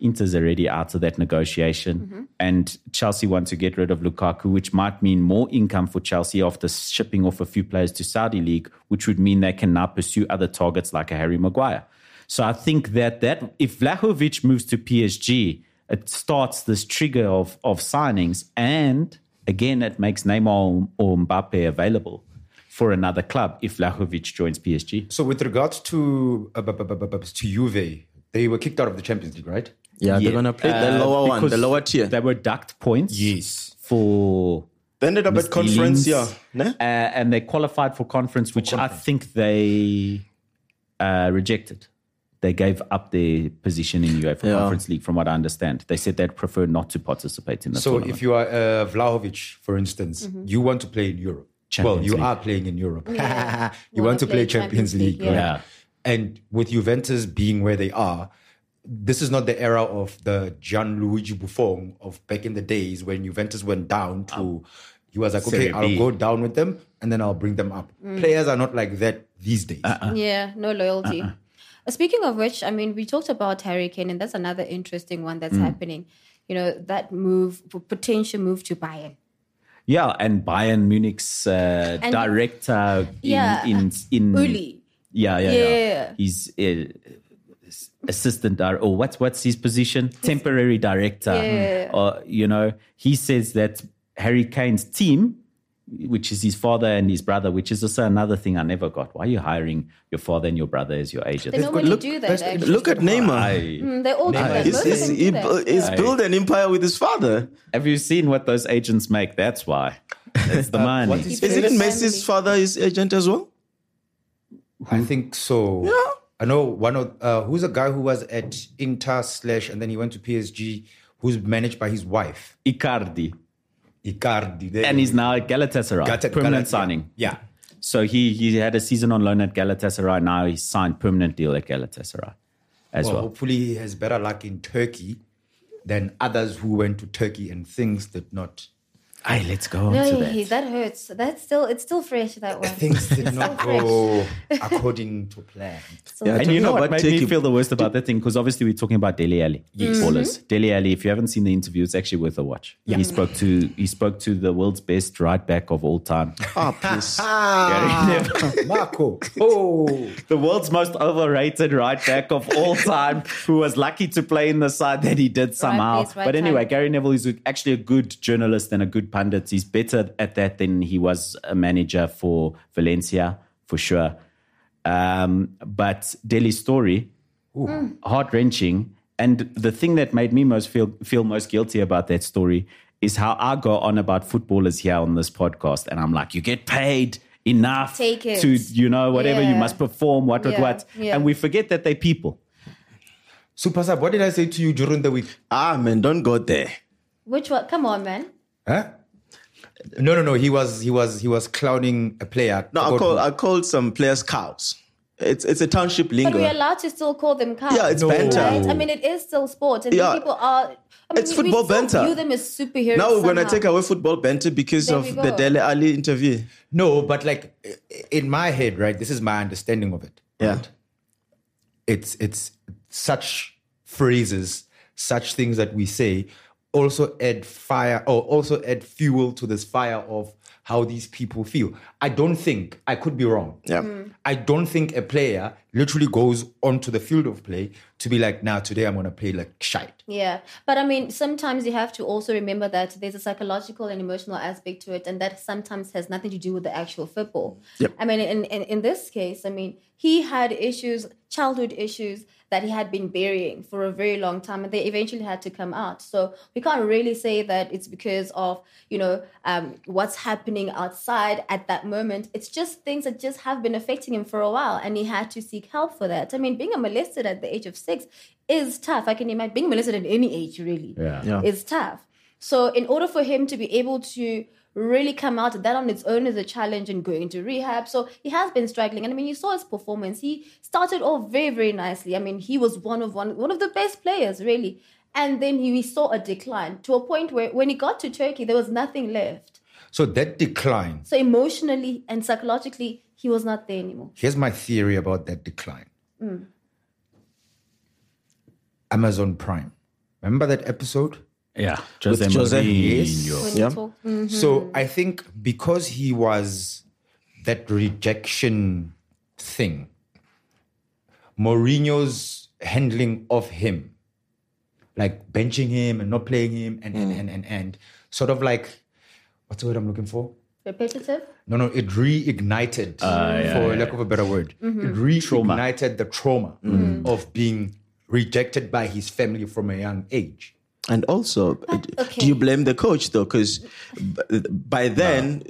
F: Inter's already out of that negotiation, and Chelsea want to get rid of Lukaku, which might mean more income for Chelsea after shipping off a few players to Saudi League, which would mean they can now pursue other targets like a Harry Maguire. So I think that that if Vlahovic moves to PSG, it starts this trigger of of signings, and again, it makes Neymar or Mbappe available for another club if Vlahovic joins PSG.
C: So with regards to uh, bu- bu- bu- bu- bu- to Juve, they were kicked out of the Champions League, right?
G: Yeah, they're gonna play the
F: Uh,
G: lower one, the
F: because
G: lower tier.
F: They were ducked points.
C: Yes.
F: For
G: They ended up at conference, yeah.
F: Dealings,
G: Ne?
F: uh, and they qualified for conference, which I think they uh, rejected. They gave up their position in UEFA Conference League, from what I understand. They said they'd prefer not to participate in the
C: So
F: tournament.
C: if you are uh, Vlahovic, for instance,
D: Mm-hmm.
C: you want to play in Europe. well,
F: Champions
C: you
F: League.
C: are playing in Europe. (laughs) you
D: Wanna
C: want to
D: play
C: play Champions
D: Champions League,
C: League, right?
F: yeah.
C: And with Juventus being where they are, this is not the era of the Gianluigi Buffon of back in the days when Juventus went down to. He was like, okay,
F: Um, Serie
C: I'll
F: B.
C: go down with them and then I'll bring them up.
D: Mm.
C: Players are not like that these days.
F: Uh-uh.
D: Yeah, no loyalty.
G: Uh-uh.
D: Uh, Speaking of which, I mean, we talked about Harry Kane, and that's another interesting one
G: Mm.
D: that's happening. You know, that move, p- potential move to Bayern.
F: yeah, and Bayern Munich's uh,
D: And-
F: director in,
D: Yeah,
F: in, in,
G: Mm.
D: Uli.
F: Yeah, yeah,
D: Yeah.
F: yeah. He's uh, s- assistant director, or what's what's his position? Temporary director.
D: Yeah.
F: Or you know, he says that Harry Kane's team, which is his father and his brother, which is also another thing I never got. Why are you hiring your father and your brother as your agent?
D: They normally
G: look-
D: do that, actually.
G: Look at Neymar.
F: I-
D: Mm, they all do that.
G: He's,
D: Most of
G: he's,
D: them
G: he,
D: do that.
G: bu- he's built an empire with his father.
F: have you seen what those agents make? That's why. That's
C: (laughs)
F: the money.
C: Uh, what is-
G: Isn't it
D: Family.
G: Messi's father his agent as well?
F: Hmm?
C: I think so. Yeah. I know one of uh, who's a guy who was at Inter slash and then he went to PSG, who's managed by his wife
F: Icardi,
C: Icardi, There
F: and
C: you
F: he's now at Galatasaray,
C: Gata-
F: permanent
C: Galata-
F: signing.
C: Yeah.
F: So he he had a season on loan at Galatasaray. Now he's signed permanent deal at Galatasaray as
C: Well,
F: well.
C: hopefully he has better luck in Turkey than others who went to Turkey and things did not
F: Hey, let's go on
D: No,
F: to
D: he-
F: that.
D: that hurts. That's still, it's still fresh, that one.
C: things
F: (laughs)
C: did not go according to plan.
D: Still
G: Yeah,
D: fresh.
F: And you know
G: Talking
F: what made
G: about
F: me
G: Turkey-
F: feel the worst about that thing? Because obviously we're talking about Deli Ali,
D: Mm-hmm.
F: ballers. Deli Ali, if you haven't seen the interview, it's actually worth a watch. He spoke to he spoke to the world's best right back of all (laughs) time,
G: Ah,
D: (laughs)
G: please.
C: Marco. Oh.
F: the world's most overrated right back of
D: (laughs)
F: all time, who was lucky to play in the side that he did somehow.
D: place, right
F: but anyway,
D: time.
F: Gary Neville is actually a good journalist and a good pundit. He's better at that than he was a manager for Valencia, for sure. Um, but Delhi's story,
D: Hmm.
F: heart wrenching. And the thing that made me most feel feel most guilty about that story is how I go on about footballers here on this podcast, and I'm like, you get paid enough
D: Take it.
F: to you know whatever you
D: Yeah.
F: must perform, what what
D: Yeah,
F: what,
D: yeah.
F: and we forget that they're people.
C: Super Sub, what did I say to you during the week?
G: ah, man, don't go there.
D: Which one? Come on, man.
C: Huh? No, no, no. He was he was he was clowning a player.
G: No, I
C: Forgot
G: call
C: who.
G: I called some players cows. It's it's a township
D: But we're
G: lingo.
D: allowed to still call them cows.
G: Yeah, it's
C: No.
G: banter.
D: Right? I mean, it is still sport, and
G: Yeah.
D: these people are. I mean,
G: It's
D: we-
G: football
D: we still
G: banter.
D: View them as superheroes.
G: Now we're gonna
D: somehow.
G: take away football banter because
D: There we
G: of the
D: go.
G: Dele Ali interview.
C: No, but like i- in my head, right? This is my understanding of it.
G: Yeah.
C: It's it's such phrases, such things that we say also add fire or also add fuel to this fire of how these people feel. I don't think I could be wrong.
G: Yeah.
C: I don't think a player literally goes onto the field of play to be like, now today I'm gonna play like shite.
D: Yeah, but I mean, sometimes you have to also remember that there's a psychological and emotional aspect to it, and that sometimes has nothing to do with the actual football. I mean, in, in in this case, I mean, he had issues, childhood issues that he had been burying for a very long time, and they eventually had to come out. So we can't really say that it's because of you know um, what's happening outside at that moment. It's just things that just have been affecting him for a while, and he had to seek help for that. I mean, being a molested at the age of six is tough. I can imagine being molested at any age really
C: Yeah.
G: Yeah.
D: is tough. So in order for him to be able to really come out, that on its own is a challenge and going into rehab. So he has been struggling. And I mean you saw his performance. He started off very, very nicely. I mean, he was one of one one of the best players, really. And then he, we saw a decline to a point where when he got to Turkey, there was nothing left.
C: So that decline,
D: So emotionally and psychologically, he was not there anymore.
C: here's my theory about that decline. Amazon Prime. Remember that episode?
F: Yeah.
G: With Jose.
F: Mourinho.
D: When
G: Yeah.
D: you talk, Mm.
C: So I think because he was that rejection thing, Mourinho's handling of him, like benching him and not playing him, and and, and and and sort of like what's the word I'm looking for?
D: repetitive.
C: No, no, it reignited,
F: Ah,
C: for lack of a better word,
D: Mm-hmm.
C: it reignited the trauma of being rejected by his family from a young age.
G: And also, uh, d-
D: okay.
G: do you blame the coach though? Because by then,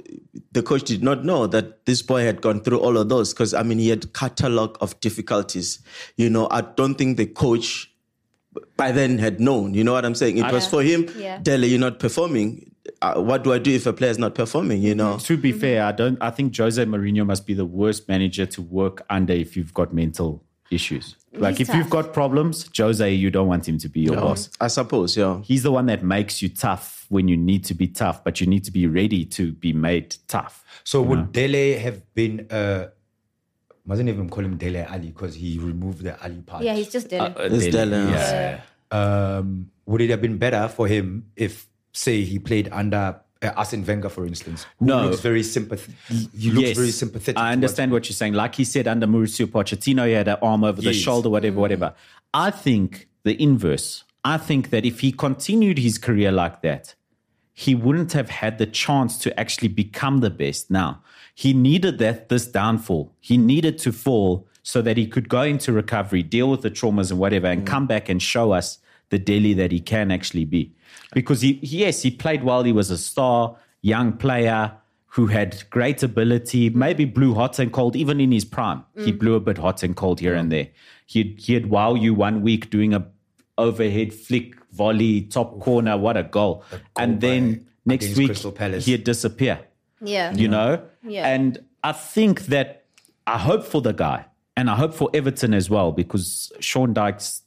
G: the coach did not know that this boy had gone through all of those. Because I mean, he had catalog of difficulties. You know, I don't think the coach by then had known. You know what I'm saying? It was for him.
D: Yeah.
G: Dele, you're not performing. Uh, what do I do if a player is not performing? You know.
F: To
D: Mm-hmm.
F: be fair, I don't. I think Jose Mourinho must be the worst manager to work under if you've got mental issues. Like
D: He's
F: if you've
D: tough.
F: got problems, Jose, you don't want him to be your
D: Mm-hmm.
F: boss.
G: I suppose, yeah.
F: He's the one that makes you tough when you need to be tough, but you need to be ready to be made tough.
C: So would Dele have been? Uh, mustn't even call him Dele Ali because he removed the Ali part.
D: Yeah, he's just
F: uh,
D: dead.
G: It's Dele, yeah.
C: Um, would it have been better for him if, say, he played under uh, Arsene Wenger, for instance? Who
F: No.
C: looks very sympathetic. He looks very sympathetic.
F: I
C: towards-
F: understand what you're saying. Like he said, under Mauricio Pochettino, he had an arm over the
C: Yes. Mm.
F: shoulder, whatever, whatever. I think the inverse. I think that if he continued his career like that, he wouldn't have had the chance to actually become the best. Now he needed that this downfall. He needed to fall so that he could go into recovery, deal with the traumas and whatever, and come back and show us the Delhi that he can actually be. Because he, he- yes, he played while he was a star, young player who had great ability, maybe blew hot and cold, even in his prime. He blew a bit hot and cold here and there. He'd, he'd wow you one week doing a overhead flick, volley, top corner. What a goal. and then next
C: against
F: week,
C: Crystal Palace.
F: he'd disappear,
D: Yeah.
F: you know?
D: Yeah.
F: And I think that I hope for the guy and I hope for Everton as well because Sean Dykes,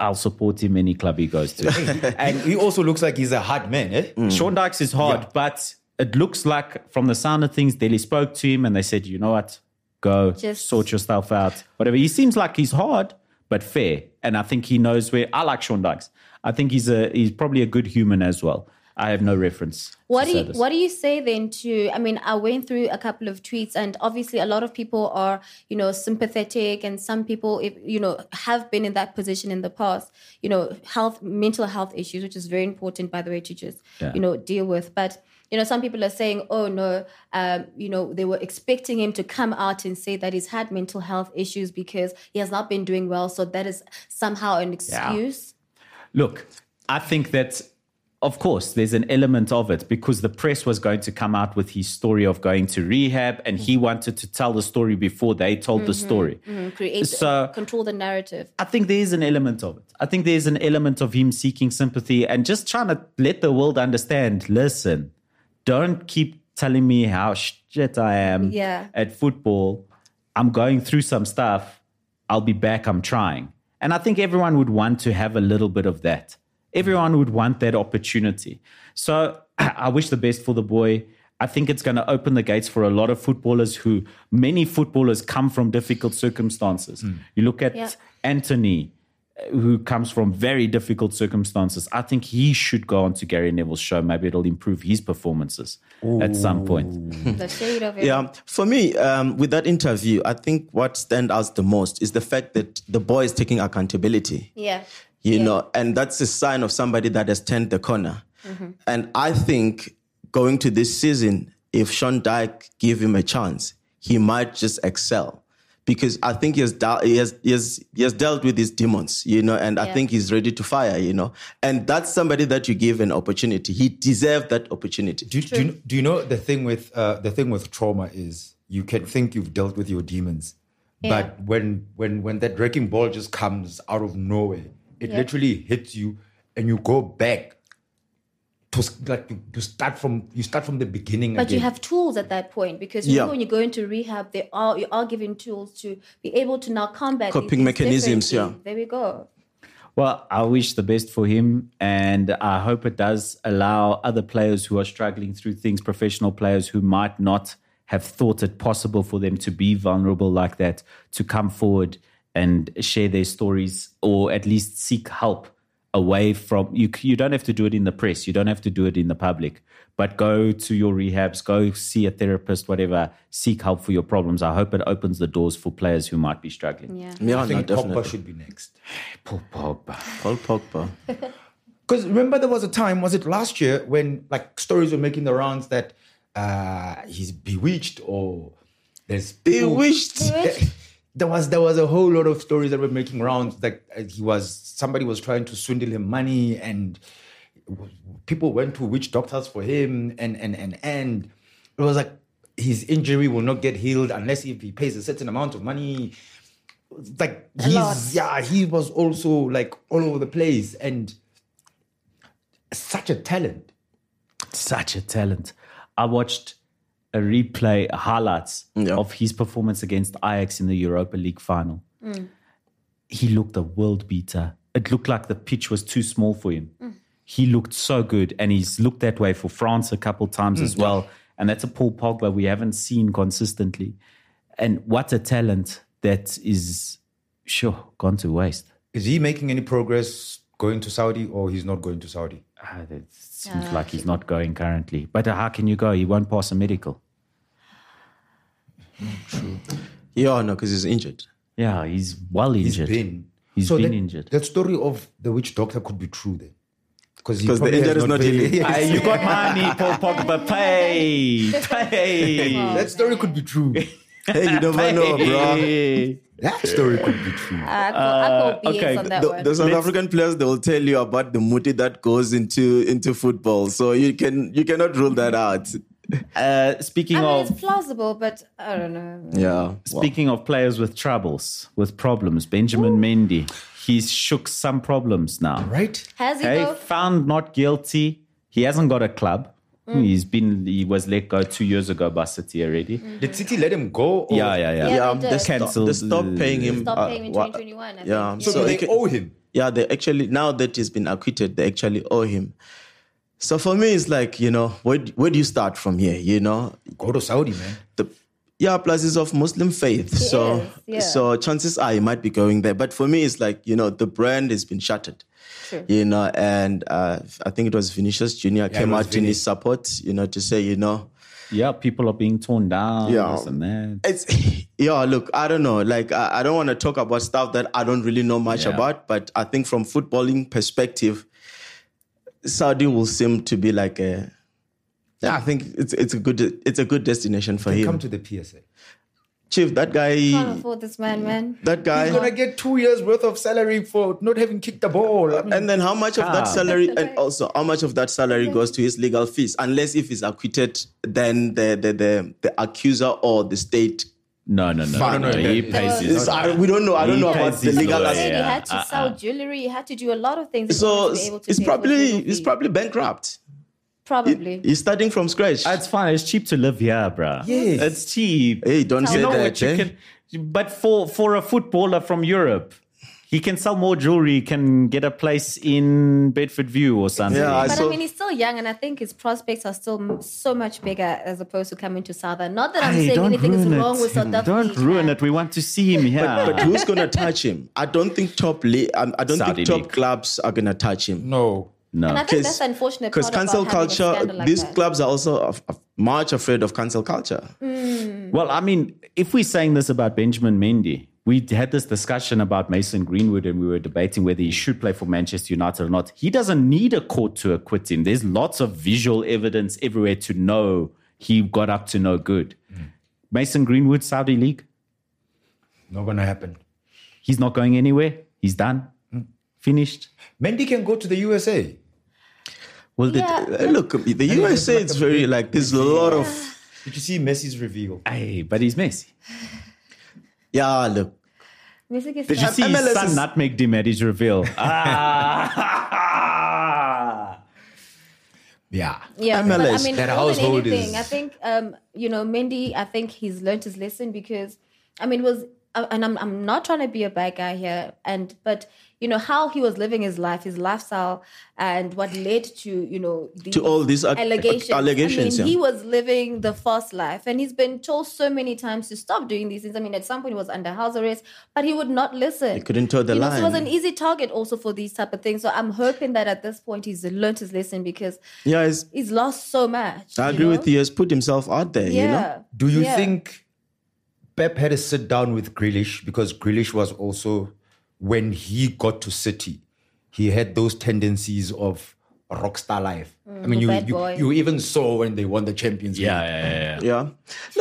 F: I'll support him any club he goes
C: (laughs)
F: to.
C: And he also looks like he's a hard man, eh?
F: Sean Dykes is hard, but it looks like from the sound of things, Delhi spoke to him and they said, you know what? Go
D: Just-
F: sort yourself out. Whatever. He seems like he's hard, but fair. And I think he knows where I like Sean Dykes. I think he's a he's probably a good human as well. I have no reference.
D: What
F: to
D: do you,
F: say this.
D: what do you say then to? I mean, I went through a couple of tweets, and obviously, a lot of people are you know sympathetic, and some people if, you know have been in that position in the past. You know, health, mental health issues, which is very important, by the way, to just you know deal with. But you know, some people are saying, "Oh no, um, you know, they were expecting him to come out and say that he's had mental health issues because he has not been doing well, so that is somehow an excuse."
F: Look, I think that, of course, there's an element of it because the press was going to come out with his story of going to rehab and he wanted to tell the story before they told the story.
D: Create,
F: So-
D: control the narrative.
F: I think there is an element of it. I think there is an element of him seeking sympathy and just trying to let the world understand listen, don't keep telling me how shit I am
D: Yeah.
F: at football. I'm going through some stuff. I'll be back. I'm trying. And I think everyone would want to have a little bit of that. Everyone would want that opportunity. So (clears throat) I wish the best for the boy. I think it's going to open the gates for a lot of footballers who, many footballers come from difficult circumstances. You look at
D: Yeah.
F: Anthony, uh, who comes from very difficult circumstances. I think he should go on to Gary Neville's show. Maybe it'll improve his performances at some point.
D: the shade of it.
G: Yeah, for me, um, with that interview, I think what stands out the most is the fact that the boy is taking accountability.
D: Yeah.
G: you know, and that's a sign of somebody that has turned the corner.
D: Mm-hmm.
G: And I think going to this season, if Sean Dyke give him a chance, he might just excel because I think he has, dealt- he has, he has, he has dealt with his demons, you know, and I
D: Yeah.
G: think he's ready to fire, you know. And that's somebody that you give an opportunity. He deserved that opportunity.
C: Do, do, you, do you know the thing with uh, the thing with trauma is you can think you've dealt with your demons, but when when when that wrecking ball just comes out of nowhere, it
D: Yeah.
C: literally hits you, and you go back to s- like you, you start from you start from the beginning.
D: But you
C: again.
D: have tools at that point because you
G: Yeah.
D: know when you go into rehab, they are you are given tools to be able to now combat these
G: Coping
D: things
G: mechanisms,
D: differently.
G: yeah.
D: There we go.
F: Well, I wish the best for him, and I hope it does allow other players who are struggling through things, professional players who might not have thought it possible for them to be vulnerable like that, to come forward and share their stories or at least seek help away from you. You don't have to do it in the press, you don't have to do it in the public, but go to your rehabs, go see a therapist, whatever, seek help for your problems. I hope it opens the doors for players who might be struggling.
D: Yeah.
G: Yeah,
C: I
G: no,
C: think
G: definitely.
C: Pogba should be next.
F: Paul Pogba.
G: Paul
D: (laughs)
G: Pogba.
C: Because remember, there was a time, was it last year, when like stories were making the rounds that uh he's bewitched or there's
D: (laughs)
G: Bewitched.
D: Bewitched?
C: There was there was a whole lot of stories that were making rounds that uh, he was somebody was trying to swindle him money and people went to witch doctors for him and and and and it was like his injury will not get healed unless if he pays a certain amount of money like
D: lot.
C: he's yeah he was also like all over the place and such a talent
F: such a talent. I watched a replay highlights
G: Yeah.
F: of his performance against Ajax in the Europa League final. He looked a world beater. It looked like the pitch was too small for him. He looked so good, and he's looked that way for France a couple times as well. And that's a Paul Pogba we haven't seen consistently. And what a talent that is, sure, gone to waste.
C: is he making any progress going to saudi or he's not going to saudi
F: Ah, It seems like he's not going currently. But how can you go? He won't pass a medical.
G: Yeah, no, because he's injured.
F: Yeah, he's well injured.
C: he's been
F: He's been
C: that,
F: injured.
C: that story of the witch doctor could be true then because
G: 'Cause the injury is not healing.
F: Hey, you got money, Paul Pogba. Pay, pay.
C: (laughs) that story could be true
G: Hey, you never
D: (laughs)
G: know, bro.
F: Hey.
C: that story could be true
D: I call, I call BS
F: Uh, okay,
D: on that
G: The,
D: one.
G: the South African players they will tell you about the moody that goes into into football. So you can you cannot rule that out.
F: Uh, speaking
D: I mean,
F: of
D: it's plausible, but I don't know.
G: Yeah.
F: speaking of players with troubles, with problems, Benjamin Mendy, he's shook some problems now.
C: right
D: Has he
F: Hey,
D: though?
F: found not guilty. He hasn't got a club.
D: Mm.
F: He's been he was let go two years ago by City already.
C: did city let him go or
F: Yeah, yeah, yeah.
D: Mm. Yeah,
G: yeah,
D: they
G: they
D: did.
G: stopped,
F: Cancelled
G: they stopped paying him.
D: Stop
G: uh,
D: paying in
G: wha-
D: 2021. I think.
G: yeah,
D: yeah.
C: so, do
G: So
C: they
G: he can-
C: owe him
G: yeah, they actually now that he's been acquitted, they actually owe him. So for me, it's like you know, where where do you start from here? You know,
C: go to saudi man
G: the yeah, plus he's of Muslim faith, so
D: is, yeah.
G: so chances are he might be going there. But for me, it's like you know, the brand has been shattered. You know, and uh, I think it was Vinicius Jr. came out
C: was
G: in
C: Vinny.
G: his support. You know, to say you know,
F: Yeah, people are being torn down.
G: Yeah.
F: this and that.
G: it's (laughs) yeah. Look, I don't know. Like, I, I don't want to talk about stuff that I don't really know much
F: Yeah.
G: about. But I think from footballing perspective, Saudi will seem to be like a. Yeah, I think it's it's a good it's a good destination for him.
C: come to the psa
G: Chief, that
D: Can't
G: guy,
D: afford this man, man.
G: that guy.
C: He's gonna get two years worth of salary for not having kicked the ball. I mean,
G: And then how much of that
F: Ah.
G: salary,
D: That's
G: and
D: okay.
G: also how much of that salary goes to his legal fees? Unless if he's acquitted, then the the the, the accuser or the state.
F: No, no, no, no,
C: Fine,
F: no.
C: no,
F: He
C: that-
F: pays
D: that-
F: his
G: This- I, we don't know. I don't
F: He
G: know about
F: pays
G: the
F: his
G: legal
F: lawyer.
D: But
G: aspect.
D: then
F: yeah,
D: you had to
F: uh-uh.
D: sell jewelry. You had to do a lot of things. in
G: So
D: order to be able to
G: it's
D: pay for
G: probably
D: legal
G: it's
D: fees.
G: probably bankrupt.
D: probably.
G: He's starting from scratch.
F: It's fine. It's cheap to live here, bruh.
C: Yes.
F: It's cheap.
G: hey, don't
F: you
G: say
F: know
G: that.
F: what you
G: eh?
F: can but for for a footballer from europe he can sell more jewelry can get a place in bedford view or something
G: Yeah, I
D: But
G: So-
D: I mean, he's still young, and I think his prospects are still m- so much bigger as opposed to coming to Southern. Not that I'm
F: Hey,
D: saying
F: don't
D: anything is
F: ruin
D: wrong
F: it.
D: with South Africa.
F: don't ruin it we want to see him here
G: But who's gonna touch him? I don't think top. Le- um, I don't
F: Saudi
G: think top
F: league.
G: clubs are gonna touch him.
C: no,
D: And I
F: no
D: think
G: 'Cause-
D: that's the unfortunate
G: Because
D: part
G: cancel
D: about having a
G: culture,
D: scandal like
G: these
D: that.
G: clubs are also af- af- much afraid of cancel culture.
F: well i mean if we're saying this about benjamin mendy we had this discussion about Mason Greenwood and we were debating whether he should play for Manchester United or not. He doesn't need a court to acquit him. There's lots of visual evidence everywhere to Hmm. know he got up to no good. Mason Greenwood, Saudi League.
C: Not gonna happen.
F: He's not going anywhere. He's done. Finished.
C: Mendy can go to the USA.
G: Well, the,
D: Yeah,
G: uh,
D: yeah.
G: look, the USA is very like there's a lot of
C: Did you see Messi's reveal?
F: Hey, but he's messy.
G: yeah. Look,
D: Music is
F: Did you
D: fun.
F: see his
G: Uh, MLS
F: son
G: is-
F: nutmeg him at his reveal? Ah.
C: Yeah.
D: Yeah, but
G: MLS,
D: I mean,
C: that
D: more than
C: household
D: anything,
C: is-
D: I think um, you know, Mendy. I think he's learned his lesson because, I mean, it was uh, and I'm I'm not trying to be a bad guy here, and but you know how he was living his life, his lifestyle, and what led to you know the
G: To all these ac-
D: allegations.
G: allegations,
D: I mean, he
G: yeah.
D: was living the false life, and he's been told so many times to stop doing these things. I mean, at some point he was under house arrest, but he would not listen. He
G: couldn't toe the
D: you know, so he was
G: line.
D: an easy target also for these type of things. So I'm hoping that at this point he's learned his lesson because
G: yeah, it's,
D: he's lost so much.
G: I agree
D: know?
G: with you. He's put himself out there.
D: Yeah.
G: You know,
C: Do you
D: Yeah.
C: think Pep had a sit down with Grealish because Grealish was also when he got to City, he had those tendencies of a rock star life. I mean, you,
D: Mm. bad
C: you
D: boy.
C: you even saw when they won the Champions League.
F: yeah, yeah, yeah.
G: yeah.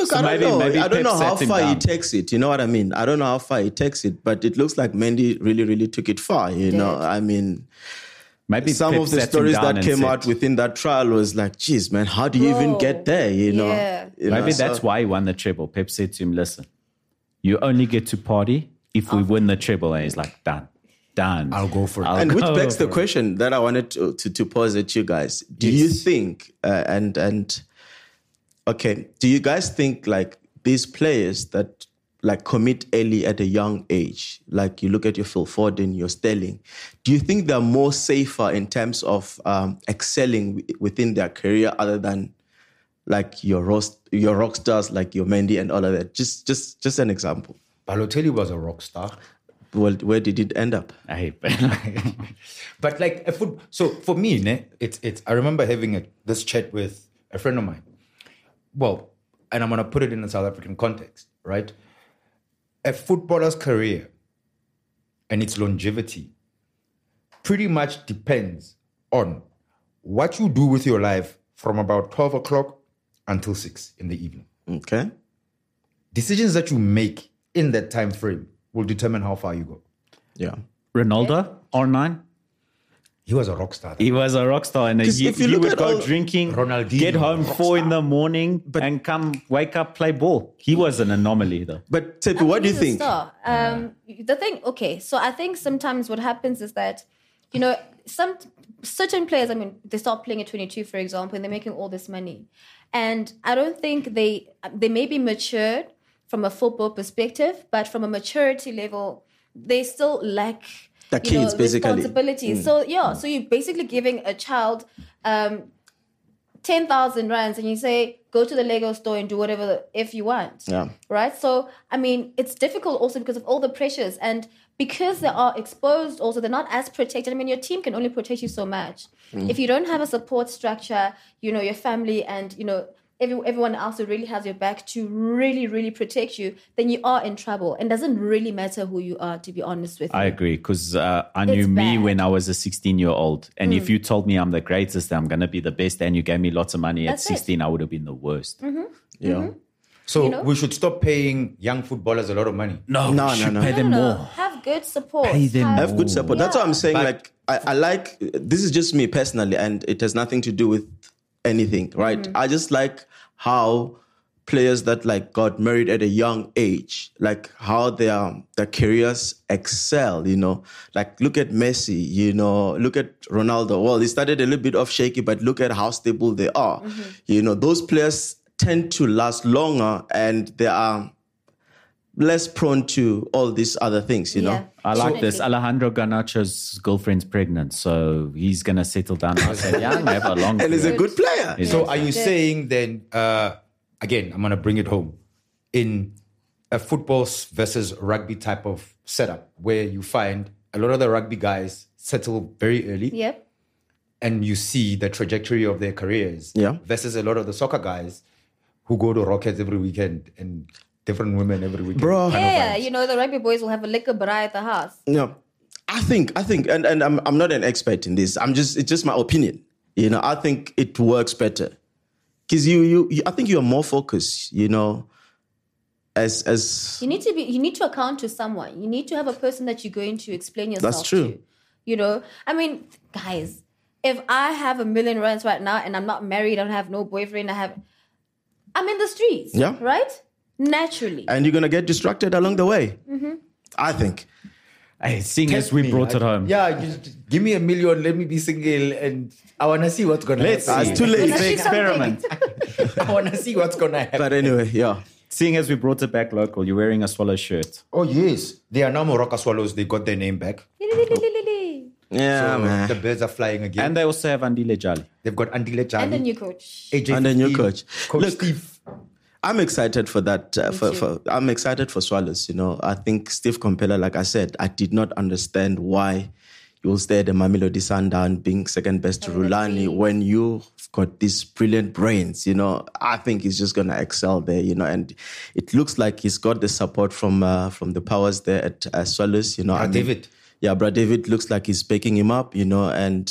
G: Look, I don't
F: maybe-
G: know.
F: maybe
G: I
F: Pep
G: don't know how
F: set him
G: far he
F: down.
G: takes it. You know what I mean? I don't know how far he takes it, but it looks like Mendy really, really took it far. You know,
D: did.
G: I mean,
F: Maybe
G: some
F: Pep
G: of the
F: sat him
G: stories
F: down
G: that
F: and
G: came
F: said-
G: out within that trial was like, geez, man, how do you even
D: Bro.
G: get there? You know,
D: Yeah.
G: You know,
F: Maybe
G: so-
F: that's why he won the treble. Pep said to him, "Listen, you only get to party if we win the treble." And he's like, "Done, done."
C: I'll go for it.
G: And which
F: go
G: begs the
F: for it.
G: question that I wanted to, to, to pose at you guys. Do you think uh, and and okay, do you guys think like these players that like commit early at a young age, like you look at your Phil Foden, your Sterling, do you think they're more safer in terms of um, excelling wi- within their career other than like your rost- your rock stars like your Mendy and all of that? Just just just an example.
C: Balotelli was a rock star.
G: Well, where did it end up?
F: Hey, (laughs) but-
C: But like a foot, so for me, ne, it's it's. I remember having a, this chat with a friend of mine. Well, and I'm gonna put it in a South African context, right? A footballer's career and its longevity pretty much depends on what you do with your life from about twelve o'clock until six in the evening.
G: Okay.
C: Decisions that you make in that time frame will determine how far you go.
G: Yeah.
F: Ronaldo R9.
C: He was a rock star.
F: He was a rock star, and
G: Because
F: you,
G: if you
F: you
G: look
F: would
G: at
F: go
G: all-
F: drinking,
C: Ronaldinho,
F: get home
C: rock
F: four in the morning, and come wake up play ball. He was an anomaly, though.
G: But Tepi, what do you
D: He's a
G: think? Uh.
D: star. Um, The thing, okay, so I think sometimes what happens is that, you know, some certain players, I mean, they start playing at 22, for example, and they're making all this money. And I don't think they, they may be matured from a football perspective, but from a maturity level, they still lack
G: The
D: you know,
G: kids, basically. Mm.
D: responsibilities. So, yeah, so you're basically giving a child um, 10,000 rands and you say, go to the Lego store and do whatever the if you want.
G: Yeah.
D: Right? So, I mean, it's difficult also because of all the pressures and because they are exposed also, they're not as protected. I mean, your team can only protect you so much.
G: Mm.
D: If you don't have a support structure, you know, your family and, you know, every, everyone else who really has your back to really, really protect you, then you are in trouble. And doesn't really matter who you are, to be honest with
F: I
D: you.
F: agree because uh, I knew
D: It's
F: me
D: bad. Hmm.
F: when I was a 16 year old. And if you told me I'm the greatest, I'm going to be the best, and you gave me lots of money
D: That's it. Mm-hmm.
F: at 16, I would have been the worst.
G: Yeah.
C: So
D: know?
C: we should stop paying young footballers a lot of money.
F: No,
G: No,
F: we
G: no,
F: should
G: no.
F: Pay
D: No,
F: them
D: no, no.
F: more.
D: Have good support.
F: Pay them
D: Have-
G: I have good support. That's what I'm saying.
C: But-
G: like I, I like this is just me personally, and it has nothing to do with anything, right? I just like how players that like got married at a young age, like how their their careers excel, you know. Like look at Messi, you know, look at Ronaldo. Well, they started a little bit off shaky, but look at how stable they are. You know, those players tend to last longer and they are less prone to all these other things, you know.
F: I like this.
D: definitely.
F: Alejandro Garnacho's girlfriend's pregnant, so he's going to settle down nice and young, have a long
G: (laughs) And he's a
F: career.
G: good player.
C: So are you saying then, uh, again, I'm going to bring it home in a football s- versus rugby type of setup where you find a lot of the rugby guys settle very early
D: Yep.
C: and you see the trajectory of their careers
G: Yeah.
C: versus a lot of the soccer guys who go to Rockets every weekend and different women every weekend.
G: Bro.
C: kind of
D: Yeah,
C: vibes.
D: you know, the rugby boys will have a liquor bra at the house.
G: No, I think I think, and, and I'm I'm not an expert in this. I'm just it's just my opinion. You know, I think it works better because you, you you I think you're more focused. You know, as as
D: You need to be. You need to account to someone. You need to have a person that you're going to explain yourself.
G: true.
D: To. You know, I mean, guys, if I have a million runs right now and I'm not married, I don't have no boyfriend, I have, I'm in the streets.
G: Yeah.
D: Right. Naturally.
G: and you're gonna get distracted along the way. I think.
F: Hey, seeing as
C: Test
F: we
C: me.
F: brought
C: I-
F: it home.
C: Yeah, you just give me a million, let me be single, and I wanna see what's gonna
F: Let's
C: happen.
G: Ah, it's too late.
D: Let's do something.
F: experiment.
C: (laughs)
D: (laughs)
C: I wanna see what's gonna happen.
G: But anyway, yeah.
F: Seeing as we brought it back local, you're wearing a swallow shirt.
C: oh yes. They are now Morocco swallows, they got their name back.
G: Yeah, man.
C: The birds are flying again.
F: And they also have Andile Jali.
C: They've got Andile Jali,
D: And the new coach.
C: AJ
G: And the new
C: Fifteen,
G: coach.
C: Coach
G: Look,
C: Steve.
G: I'm excited for that. Uh, for,
D: too.
G: for, I'm excited for Swallows. You know, I think Steve Compeller, like I said, I did not understand why you will stay at the Mamelodi Sundown being second best to Rulani when you've got these brilliant brains. You know, I think he's just going to excel there. You know, and it looks like he's got the support from uh, from the powers there at uh, Swallows. You know, I mean-
C: David.
G: Yeah, Brad David looks like he's picking him up. You know, and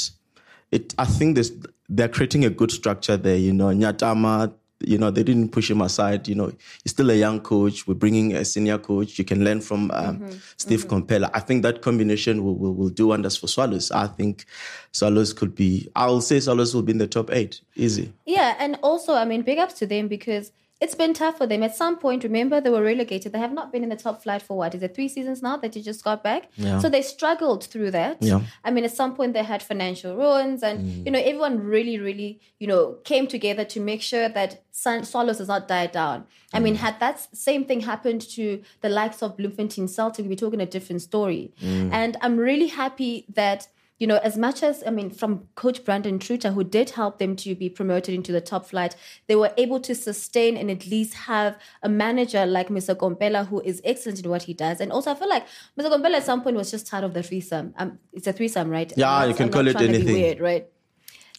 G: it I think this they're creating a good structure there. You know, Nyatama, you know, they didn't push him aside. You know, he's still a young coach. We're bringing a senior coach. You can learn from um, Steve Compella. I think that combination will, will will do wonders for Swallows. I think Swallows could be. I'll say Swallows will be in the top eight. Easy.
D: Yeah, and also, I mean, big ups to them because it's been tough for them. At some point, remember, they were relegated. They have not been in the top flight for what? Is it three seasons now that you just got back? So they struggled through that.
G: Yeah.
D: I mean, at some point, they had financial ruins, and, you know, everyone really, really, you know, came together to make sure that Sun- Swallows does not die down. I mean, had that s- same thing happened to the likes of Bloemfontein Celtic, we'd be talking a different story. And I'm really happy that you know, as much as I mean, from Coach Brandon Truter, who did help them to be promoted into the top flight, they were able to sustain and at least have a manager like Mr. Gombela, who is excellent in what he does. And also, I feel like Mr. Gombela at some point was just tired of the threesome. Um, it's a threesome, right?
G: Yeah,
D: I'm
G: you can
D: I'm
G: call it
D: trying to be
G: anything.
D: weird, right?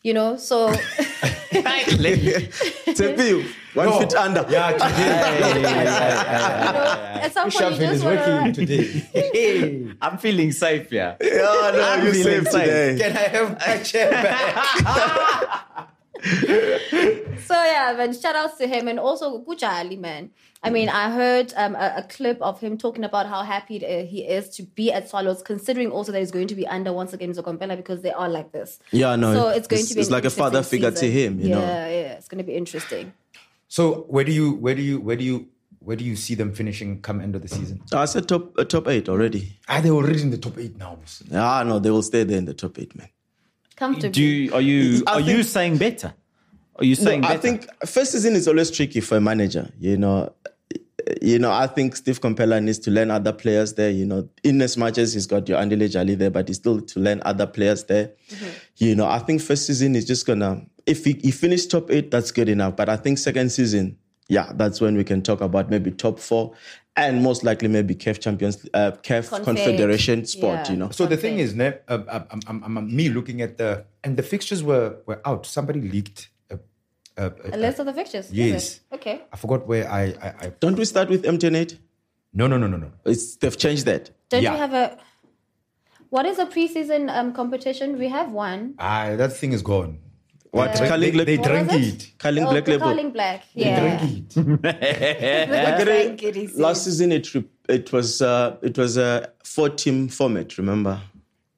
D: You know, so (laughs)
G: Tepi, one foot under.
C: Yeah, today.
D: at some point you
C: Sheffield
D: just
C: is
D: want
C: working
D: to.
C: today.
F: I'm feeling safe, yeah.
G: (laughs) Yeah, no,
F: I'm
G: you
F: feeling
G: saved
F: safe.
G: today.
C: Can I have my chair back?
D: So yeah, man, shout outs to him and also Gujali, man. I mean, I heard um, a, a clip of him talking about how happy it- uh, he is to be at Swallows, considering also that he's going to be under once again Zokompela because they are like this.
G: Yeah, no,
D: So it's going
G: it's-
D: to be
G: it's
D: an
G: like a father
D: interesting
G: figure to
D: season.
G: him, you
D: yeah,
G: know.
D: yeah, it's going to be interesting.
C: So where do you where do you where do you where do you see them finishing come end of the season?
G: I said top uh, top eight already.
C: Are they already in the top eight now? boss?
G: Ah, no, they will stay there in the top eight, man.
D: Comfortably.
F: Do you, are you
G: I
F: are you
G: think-
F: saying better? Are you saying
G: No,
F: better?
G: I think first season is always tricky for a manager. You know, you know, I think Steve Compella needs to learn other players there. You know, in as much as he's got your Andile Jali there, but he's still to learn other players there.
D: Mm-hmm.
G: You know, I think first season is just gonna if he, he finished top eight, that's good enough. But I think second season, yeah, that's when we can talk about maybe top four, and most likely maybe CAF Champions uh, CAF
D: Confed.
G: Confederation sport.
D: Yeah.
G: You know,
C: So the thing
D: Okay.
C: is, ne, um, um, um, um, um, me looking at the and the fixtures were were out. Somebody leaked. A, a,
D: a
C: a,
D: list of the fixtures? is
C: Yes.
D: it? Okay.
C: I forgot where I, I I
G: don't we start with MTN8?
C: no no no no no.
G: It's they've changed that.
D: Don't
C: Yeah.
D: we have a? What is a preseason um, competition? We have one.
C: Ah, that thing is gone.
G: What
C: They-
G: Carling
C: they, they
D: What was
C: drank
D: it?
C: it.
G: Carling
D: oh,
G: Black
D: the
G: Label?
D: Carling Black.
C: They
D: Yeah.
C: drank it.
D: Thank you, DC.
G: last season it re- it was uh, it was a four team format. Remember?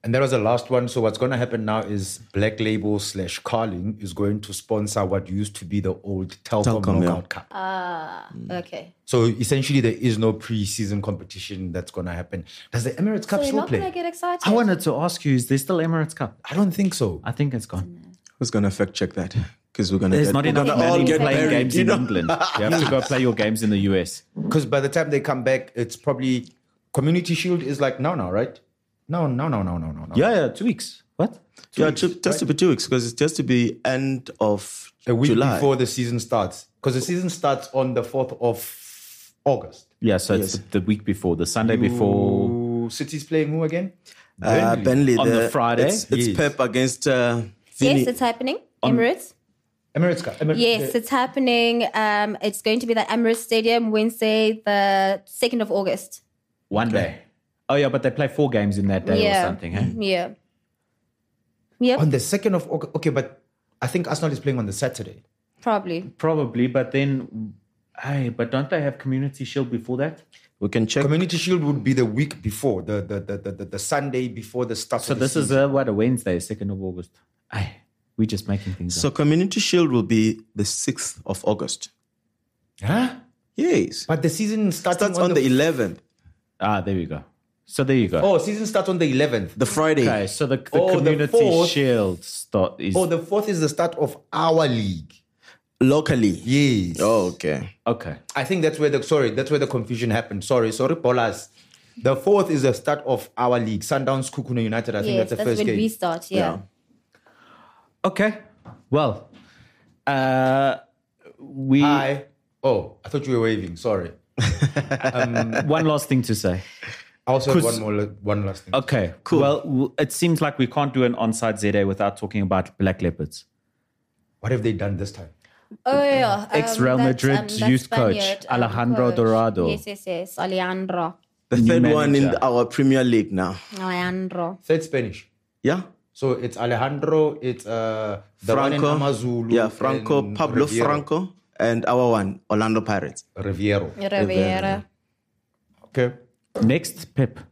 C: And that was the last one. So what's going to happen now is Black Label slash Carling is going to sponsor what used to be the old Telkom,
G: Telkom, yeah.
C: Knockout Cup.
D: Uh. Okay.
C: so essentially, there is no preseason competition that's going to happen. Does the Emirates Cup
D: So you're
C: still
D: not going to
C: play?
D: get excited.
F: I wanted to ask you, is there still Emirates Cup?
C: I don't think so.
F: I think it's gone.
G: Who's gonna fact check that? Because we're gonna.
F: There's
G: get,
F: not
G: we're
F: enough
G: gonna all
F: money
G: get
F: playing
G: buried,
F: games
G: you
F: in
G: know?
F: England. You have to go play your games in the US.
C: Because by the time they come back, it's probably Community Shield is like no, no, right? No, no, no, no, no, no, no.
F: Yeah, yeah, two weeks. What?
G: Yeah, two, just to be two weeks because it's just to be end of
C: a week
G: July.
C: before the season starts. Because the season starts on the fourth of August.
F: Yeah, so it's the week before, the Sunday before.
C: Ooh, City's playing who again?
G: uh,
C: Burnley.
G: Burnley
F: On the
G: there.
F: Friday?
G: It's, it's
C: Yes.
G: Pep against. Uh, Vini.
D: Yes, it's happening.
G: Um,
D: Emirates.
C: Emirates Cup. Emirates-
D: Yes, it's happening. Um, it's going to be at Emirates Stadium Wednesday, the second of August.
F: One day. Oh yeah, but they play four games in that day
D: yeah.
F: or something.
G: Mm-hmm.
F: eh?
D: Yeah. Yep.
C: On the second of August. Okay, but I think Arsenal is playing on the Saturday.
D: probably.
F: Probably, but then Aye, but don't they have Community Shield before that?
G: We can check.
C: Community Shield would be the week before, the the the, the, the, the Sunday before the start.
F: So
C: of the
F: this is
C: season.
F: uh what a Wednesday, second of August. Aye, we just making things
G: So
F: up.
G: Community Shield will be the 6th of August.
C: huh?
G: Yes.
C: But the season starts
G: Starts on the 11th,
F: Ah, there we go. So there you go.
C: oh season starts on the eleventh.
G: the Friday.
F: Okay, so the, the
C: Oh, the
F: Community
C: fourth-
F: Shield start is
C: Oh, the fourth is the start of our league.
G: Locally.
C: Yes.
G: Oh, okay.
F: okay.
C: I think that's where the sorry, that's where the confusion happened. Sorry, sorry, Polas. The fourth is the start of our league. Sundowns Kukuna United. I think
D: yes,
C: that's the
D: that's
C: first
D: when
C: game.
D: we start. Yeah.
F: Okay. Well, uh, we
C: Hi. Oh, I thought you were waving. Sorry.
F: (laughs) one last thing to say.
C: I also have one more one last thing.
F: Okay, cool. Well, w- it seems like we can't do an onside Z without talking about black leopards.
C: What have they done this time?
D: Oh yeah. um,
F: Ex Real
D: that's,
F: Madrid
D: um, that's
F: youth coach,
D: Spaniard, um,
F: Alejandro
D: coach.
F: Dorado.
D: Yes, yes, yes. Alejandro.
G: The third one in
F: manager.
G: our Premier League now.
D: Alejandro.
C: Said Spanish.
G: Yeah.
C: So it's Alejandro, it's uh the one in
G: Franco.
C: Amazulu.
G: yeah, Franco,
C: and
G: Pablo
C: Riviero.
G: Franco, and our one, Orlando Pirates.
C: Riviero.
D: Rivera.
C: Okay.
F: Next, Pep.
C: Hmm.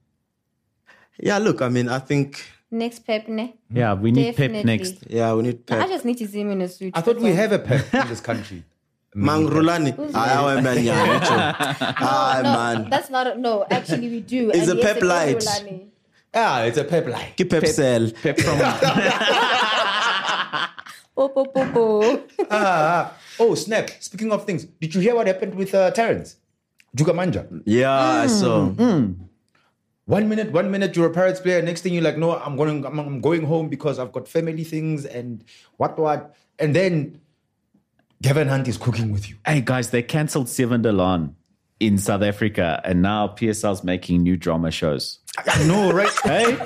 G: Yeah, look, I mean, I think,
D: Next Pep, ne?
F: Yeah, we need Pep
D: Definitely.
F: next.
G: yeah, we need
D: I
G: Pep.
D: just need to see him in a suit.
C: I thought we have a pep in this
G: (laughs)
C: country.
G: Mangrulani. Aye, aye, Ah, man, yeah, me too. Aye,
D: no,
G: man.
D: That's not. No, actually, we do.
G: It's
D: And
G: a
D: yes,
G: Pep
D: it is
G: light.
D: Rulani.
C: Ah, it's a
G: (laughs)
C: pep like.
G: Keep Pep cell.
F: Pep from
D: Po, po, po, po.
C: (laughs) Ah, Oh, snap. Speaking of things, did you hear what happened with uh, Terence? Jugamanja.
G: Yeah, so.
C: One minute, one minute you're a Pirates player. Next thing you're like, no, I'm going, I'm, I'm going home because I've got family things and what what. And then Gavin Hunt is cooking with you.
F: Hey guys, they cancelled Seven Delon in South Africa, and now PSL's making new drama shows.
C: No, right?
F: (laughs) Hey,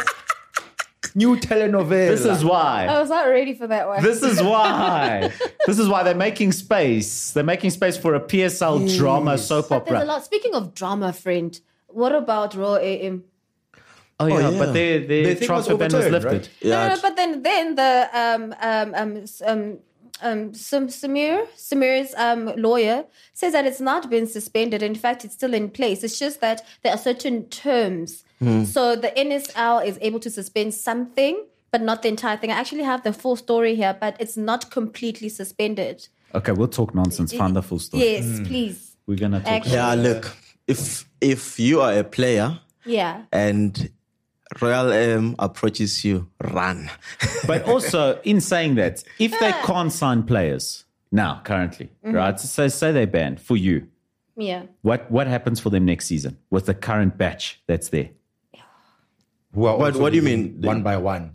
C: New telenovela.
F: this is
D: I
F: why.
D: was not ready for that one.
F: This is why. This is why they're making space. They're making space for a PSL drama soap
D: but there's a
F: opera.
D: lot. Speaking of drama, friend, what about Raw AM?
F: Oh yeah,
G: yeah.
F: but their their
C: The thing was
F: transfer ban was
C: overturned,
F: lifted.
C: right?
D: No,
G: Yeah,
D: no, no, but then then the um um um s- um um Sam- Samir Samir's um lawyer says that it's not been suspended. In fact, it's still in place. It's just that there are certain terms. So the NSL is able to suspend something, but not the entire thing. I actually have the full story here, but it's not completely suspended.
F: Okay, we'll talk nonsense. Find the full story.
D: Yes, please.
F: We're gonna talk.
D: Actually,
G: yeah, look, if if you are a player
D: yeah.
G: and Royal M approaches you, run.
F: But also, in saying that, if they can't sign players now, currently, right? So say they ban for you.
D: Yeah.
F: What what happens for them next season with the current batch that's there?
C: Who are
G: What-
C: also
G: what do you
C: leaving
G: mean?
C: One by one.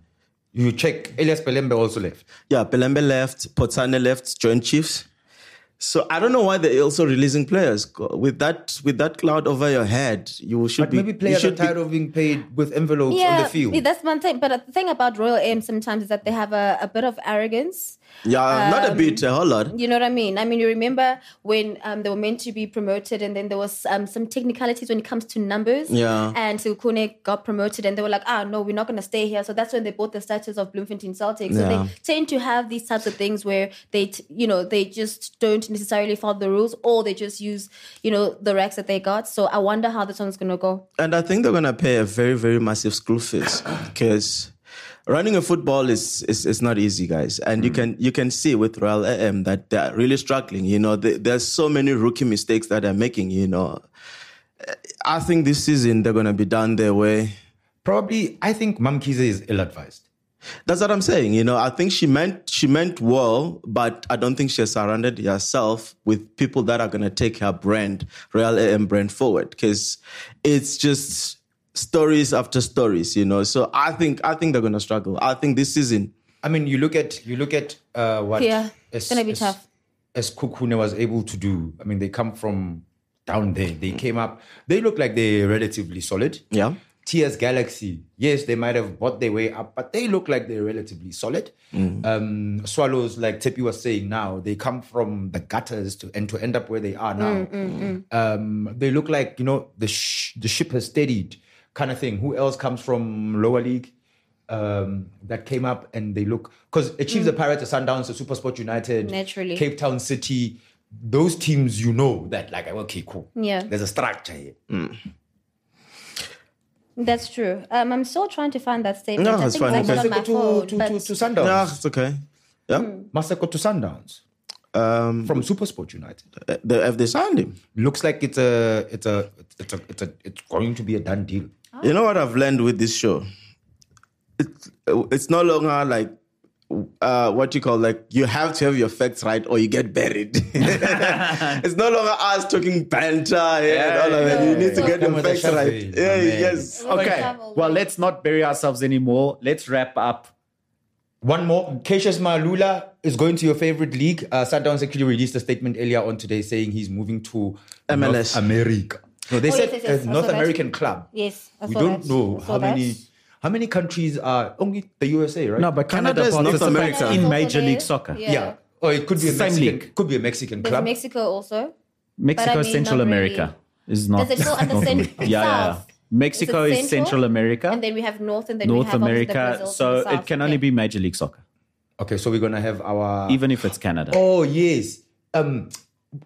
C: You check. Elias Pelembe also left.
G: Yeah, Pelembe left, Potsane left, joined Chiefs. So I don't know why they're also releasing players with that with that cloud over your head. You should
C: But
G: be
C: maybe
G: you
C: players are
G: should be-
C: tired of being paid with envelopes on the field.
D: yeah, that's one thing. But the thing about Royal Aim sometimes is that they have a, a bit of arrogance.
G: yeah, not a bit, a whole lot.
D: You know what I mean? I mean, you remember when um, they were meant to be promoted, and then there was um, some technicalities when it comes to numbers.
G: Yeah.
D: And Silkune got promoted, and they were like, "Ah, no, we're not going to stay here." So that's when they bought the status of Bloemfontein Celtic. So
G: Yeah.
D: they tend to have these types of things where they, t- you know, they just don't necessarily follow the rules, or they just use, you know, the racks that they got. So I wonder how this one's going to go.
G: And I think they're gonna pay a very, very massive school fees because running a football is, is is not easy, guys. And
C: Hmm.
G: you can you can see with Real AM that they're really struggling. You know, There- there's so many rookie mistakes that they're making. You know, I think this season they're gonna be down their way.
C: Probably, I think Mamkize is ill advised.
G: That's what I'm saying. You know, I think she meant she meant well, but I don't think she has surrounded herself with people that are gonna take her brand, Real AM brand forward. Because it's just stories after stories, you know. So I think I think they're gonna struggle. I think this season,
C: I mean, you look at you look at uh, what
D: Yeah, it's gonna be
C: as,
D: tough.
C: As Kukune was able to do. I mean, they come from down there. They came up. They look like they're relatively solid.
G: yeah.
C: TS Galaxy, yes, they might have bought their way up, but they look like they're relatively solid. Um, Swallows, like Tepi was saying now, they come from the gutters to and to end up where they are
D: Mm,
C: now. Um, they look like you know the sh- the ship has steadied, kind of thing. Who else comes from lower league? Um, that came up and they look because Achieves the Pirates, the Sundowns, the Super Sport United,
D: Mm. Naturally.
C: Cape Town City. those teams, you know that like okay, cool.
D: Yeah.
C: There's a structure here.
D: That's true. Um, I'm still trying to find that statement.
G: No,
D: I
G: it's
D: think
G: fine.
D: it's actually on my
C: Maseko
D: phone.
C: to, to,
D: but
C: to, to
G: Yeah,
C: Sundowns.
G: it's okay. Yeah.
C: Maseko to Sundowns. Um, from SuperSport United.
G: Uh, They, have they signed him?
C: Looks like it's a it's a it's a it's a it's going to be a done deal.
G: You know what I've learned with this show? It's, it's no longer like uh, what you call like you have to have your facts right or you get buried. (laughs) it's no longer us talking banter and all of it. You need to
D: yeah.
G: get
C: Come
G: your
C: with the
G: facts right.
C: shovel,
G: Yeah,
C: man.
G: yes.
F: Okay.
D: Travel.
F: Well, let's not bury ourselves anymore. Let's wrap up.
C: One more. Cassius Malula is going to your favorite league. Uh, Sundowns actually released a statement earlier on today saying he's moving to
G: MLS.
C: North America. No, they
D: Oh,
C: said
D: yes, yes, yes.
C: uh,
D: I
C: North
D: saw that.
C: American club.
D: Yes, I
C: we
D: saw
C: don't
D: that.
C: know
D: I saw
C: how
D: that.
C: many how many countries are only the USA, right?
F: No, but Canada,
G: Canada is North
F: participates
G: America.
F: in
D: Also
F: Major
D: there.
F: League Soccer.
D: Yeah.
C: yeah. Or it could be a
F: Same
C: Mexican,
F: league.
C: could be a Mexican
D: There's
C: club.
D: Mexico also.
F: Mexico,
D: But I mean,
F: Central
D: not really.
F: America is not.
D: it fall
F: (laughs)
D: under
F: not-
D: cen-
F: yeah, yeah.
D: south?
F: Mexico
D: Is it
F: is
D: central?
F: Central America,
D: And then we have North and then we
F: North
D: have obviously the
F: America.
D: Brazil to
F: So
D: the
F: it
D: south.
F: can only
D: Okay.
F: be Major League Soccer,
C: Okay, so we're gonna have our
F: even if it's Canada.
C: Oh yes. Um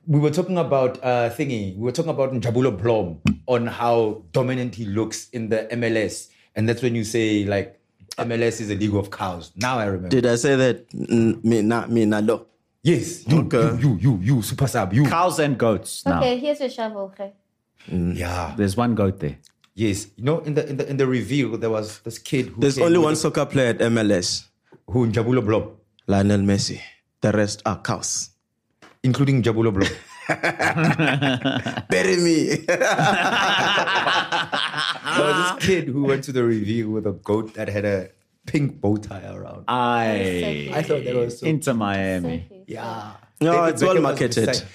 C: we were talking about uh thingy. We were talking about Njabulo Blom on how dominant he looks in the MLS. And that's when you say like MLS is a league of cows. Now I remember.
G: Did I say that? Mm, Me, na, me, na, lo.
C: yes. You,
G: Okay.
C: you, you, you, you, super sub, you.
F: Cows and goats. Now
D: Okay, here's your shovel. Okay.
C: Yeah.
F: there's one goat there.
C: Yes. You know, in the in the in the reveal there was this kid who
G: There's
C: came
G: only
C: with
G: one
C: a-
G: soccer player at MLS,
C: who Njabulo Blom,
G: Lionel Messi. The rest are cows.
C: including
G: (laughs)
C: Njabulo Blom.
G: Bury me. (laughs)
C: there was this kid who went to the reveal with a goat that had a pink bow tie around.
F: I
C: I thought that was so
F: into Miami.
C: Yeah.
G: No, it's well
C: Beckham was
G: marketed.
C: beside-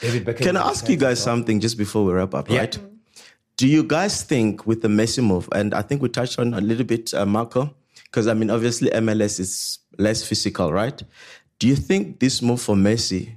C: David Beckham.
G: Can I
C: was
G: ask
C: beside
G: you guys
C: himself.
G: something just before we wrap up,
C: Yeah.
G: right? Do you guys think with the Messi move, and I think we touched on a little bit, uh, Marco, because I mean, obviously MLS is less physical, right? Do you think this move for Messi,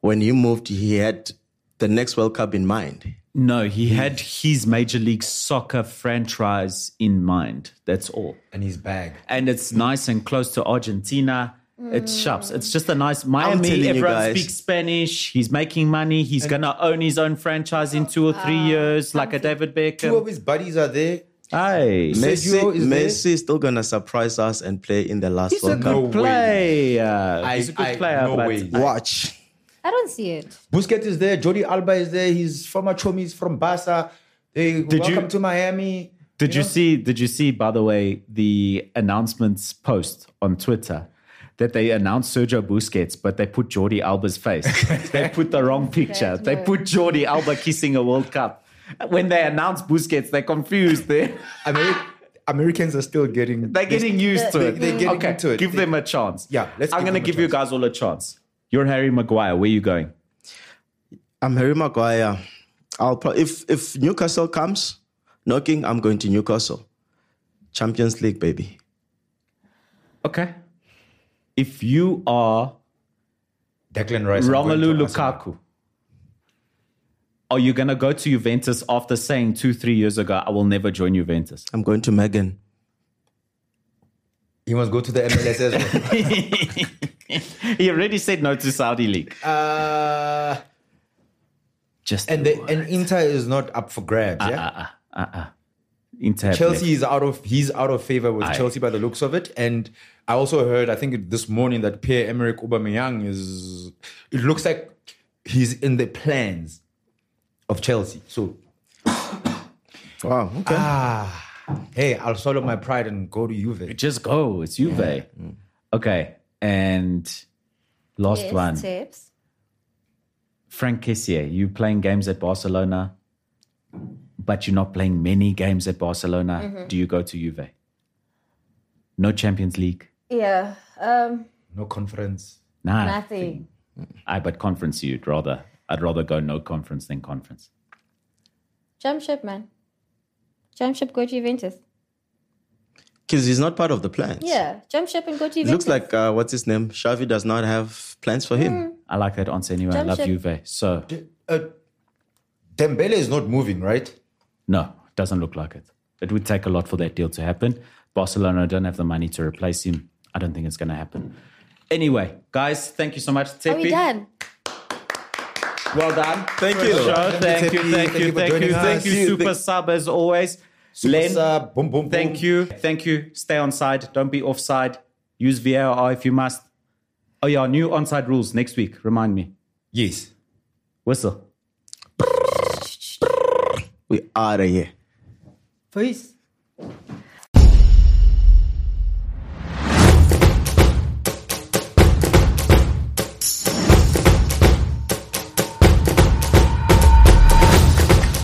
G: when he moved, he had the next World Cup in mind?
F: No, he had his Major League Soccer franchise in mind. That's all.
C: And his bag.
F: and it's
C: Mm.
F: nice and close to Argentina. It's shops. It's just a nice
G: telling
F: Miami.
G: you
F: Everyone
G: guys.
F: speaks Spanish. He's making money. He's gonna own his own franchise in two or three years, like a David
C: Ah. Two of
F: Beckham.
C: his buddies are there.
F: Hey,
G: Messi,
C: Sergio is there.
G: Messi is still going to surprise us and play in the last
F: he's a
G: World
F: good
G: Cup.
C: way.
F: player.
C: I-
F: he's a good
C: I-
F: player,
C: no
F: but
C: way.
G: Watch.
D: I don't see it.
C: Busquets is there. Jody Alba is there. He's former chomis from Barca. They welcome
F: you-
C: to Miami.
F: Did you see? Did you see? By the way, the announcements post on Twitter that they announced Sergio Busquets, but they put Jordi Alba's face.
C: (laughs)
F: they put the wrong picture. They put Jordi Alba kissing a World Cup. When they announced Busquets, they're confused. They
C: Ameri- Americans are still getting.
F: they're getting used to
C: They-
F: it.
C: they're getting
F: okay,
C: into it.
F: Give
C: They-
F: them a chance.
C: Yeah, let's
F: I'm
C: give
F: going to
C: them a
F: give you
C: chance.
F: guys all a chance. You're Harry Maguire. Where are you going?
G: I'm Harry Maguire. I'll pro- if if Newcastle comes knocking, I'm going to Newcastle. Champions League, baby.
F: Okay. If you are
C: Declan Rice.
F: Romelu
C: I'm going to Arsenal.
F: Lukaku. Are you going to go to Juventus after saying two, three years ago, I will never join Juventus?
G: I'm going to Megan.
C: He must go to the MLS as
F: (laughs)
C: well.
F: (laughs) He already said no to Saudi League.
C: uh,
F: Just Uh-uh.
C: and the, and Inter is not up for grabs. yeah.
F: Inter have
C: Chelsea
F: left.
C: is out of he's out of favor with
F: Aye.
C: Chelsea by the looks of it, and I also heard I think this morning that Pierre Emerick Aubameyang is. It looks like he's in the plans of Chelsea. So
G: Wow. Okay.
F: Ah.
C: hey, I'll swallow my pride and go to Juve.
F: Just go. It's Juve. Mm. Okay. And last
D: Yes,
F: one.
D: tips.
F: Frank Kessier, you playing games at Barcelona, but you're not playing many games at Barcelona. Do you go to Juve? No Champions League.
D: Yeah. Um,
C: No conference.
F: Nah.
D: nothing.
F: I but conference you'd rather. I'd rather go no conference than conference.
D: Jump ship, man. Jump ship, go to Juventus.
G: Because he's not part of the plans.
D: Yeah. Jump ship and go to
G: It looks
D: Juventus.
G: like uh, what's his name? Xavi does not have plans for him.
F: I like that answer anyway. I
D: Jump
F: love
D: ship.
F: Juve. So
C: Uh, Dembele is not moving, right?
F: no, doesn't look like it. It would take a lot for that deal to happen. Barcelona don't have the money to replace him. I don't think it's gonna happen. Anyway, guys, thank you so much.
D: Are we
F: Tshepi.
D: done?
F: Well done.
G: Thank you.
F: Sure. Thank you, thank you, thank you, thank you, super sub as always. Len,
C: sub. Boom, boom, boom.
F: Thank you, thank you. Stay on side. Don't be offside. Use VAR if you must. Oh yeah, new onside rules next week. Remind me.
C: Yes.
F: Whistle.
G: We out of here.
C: Please.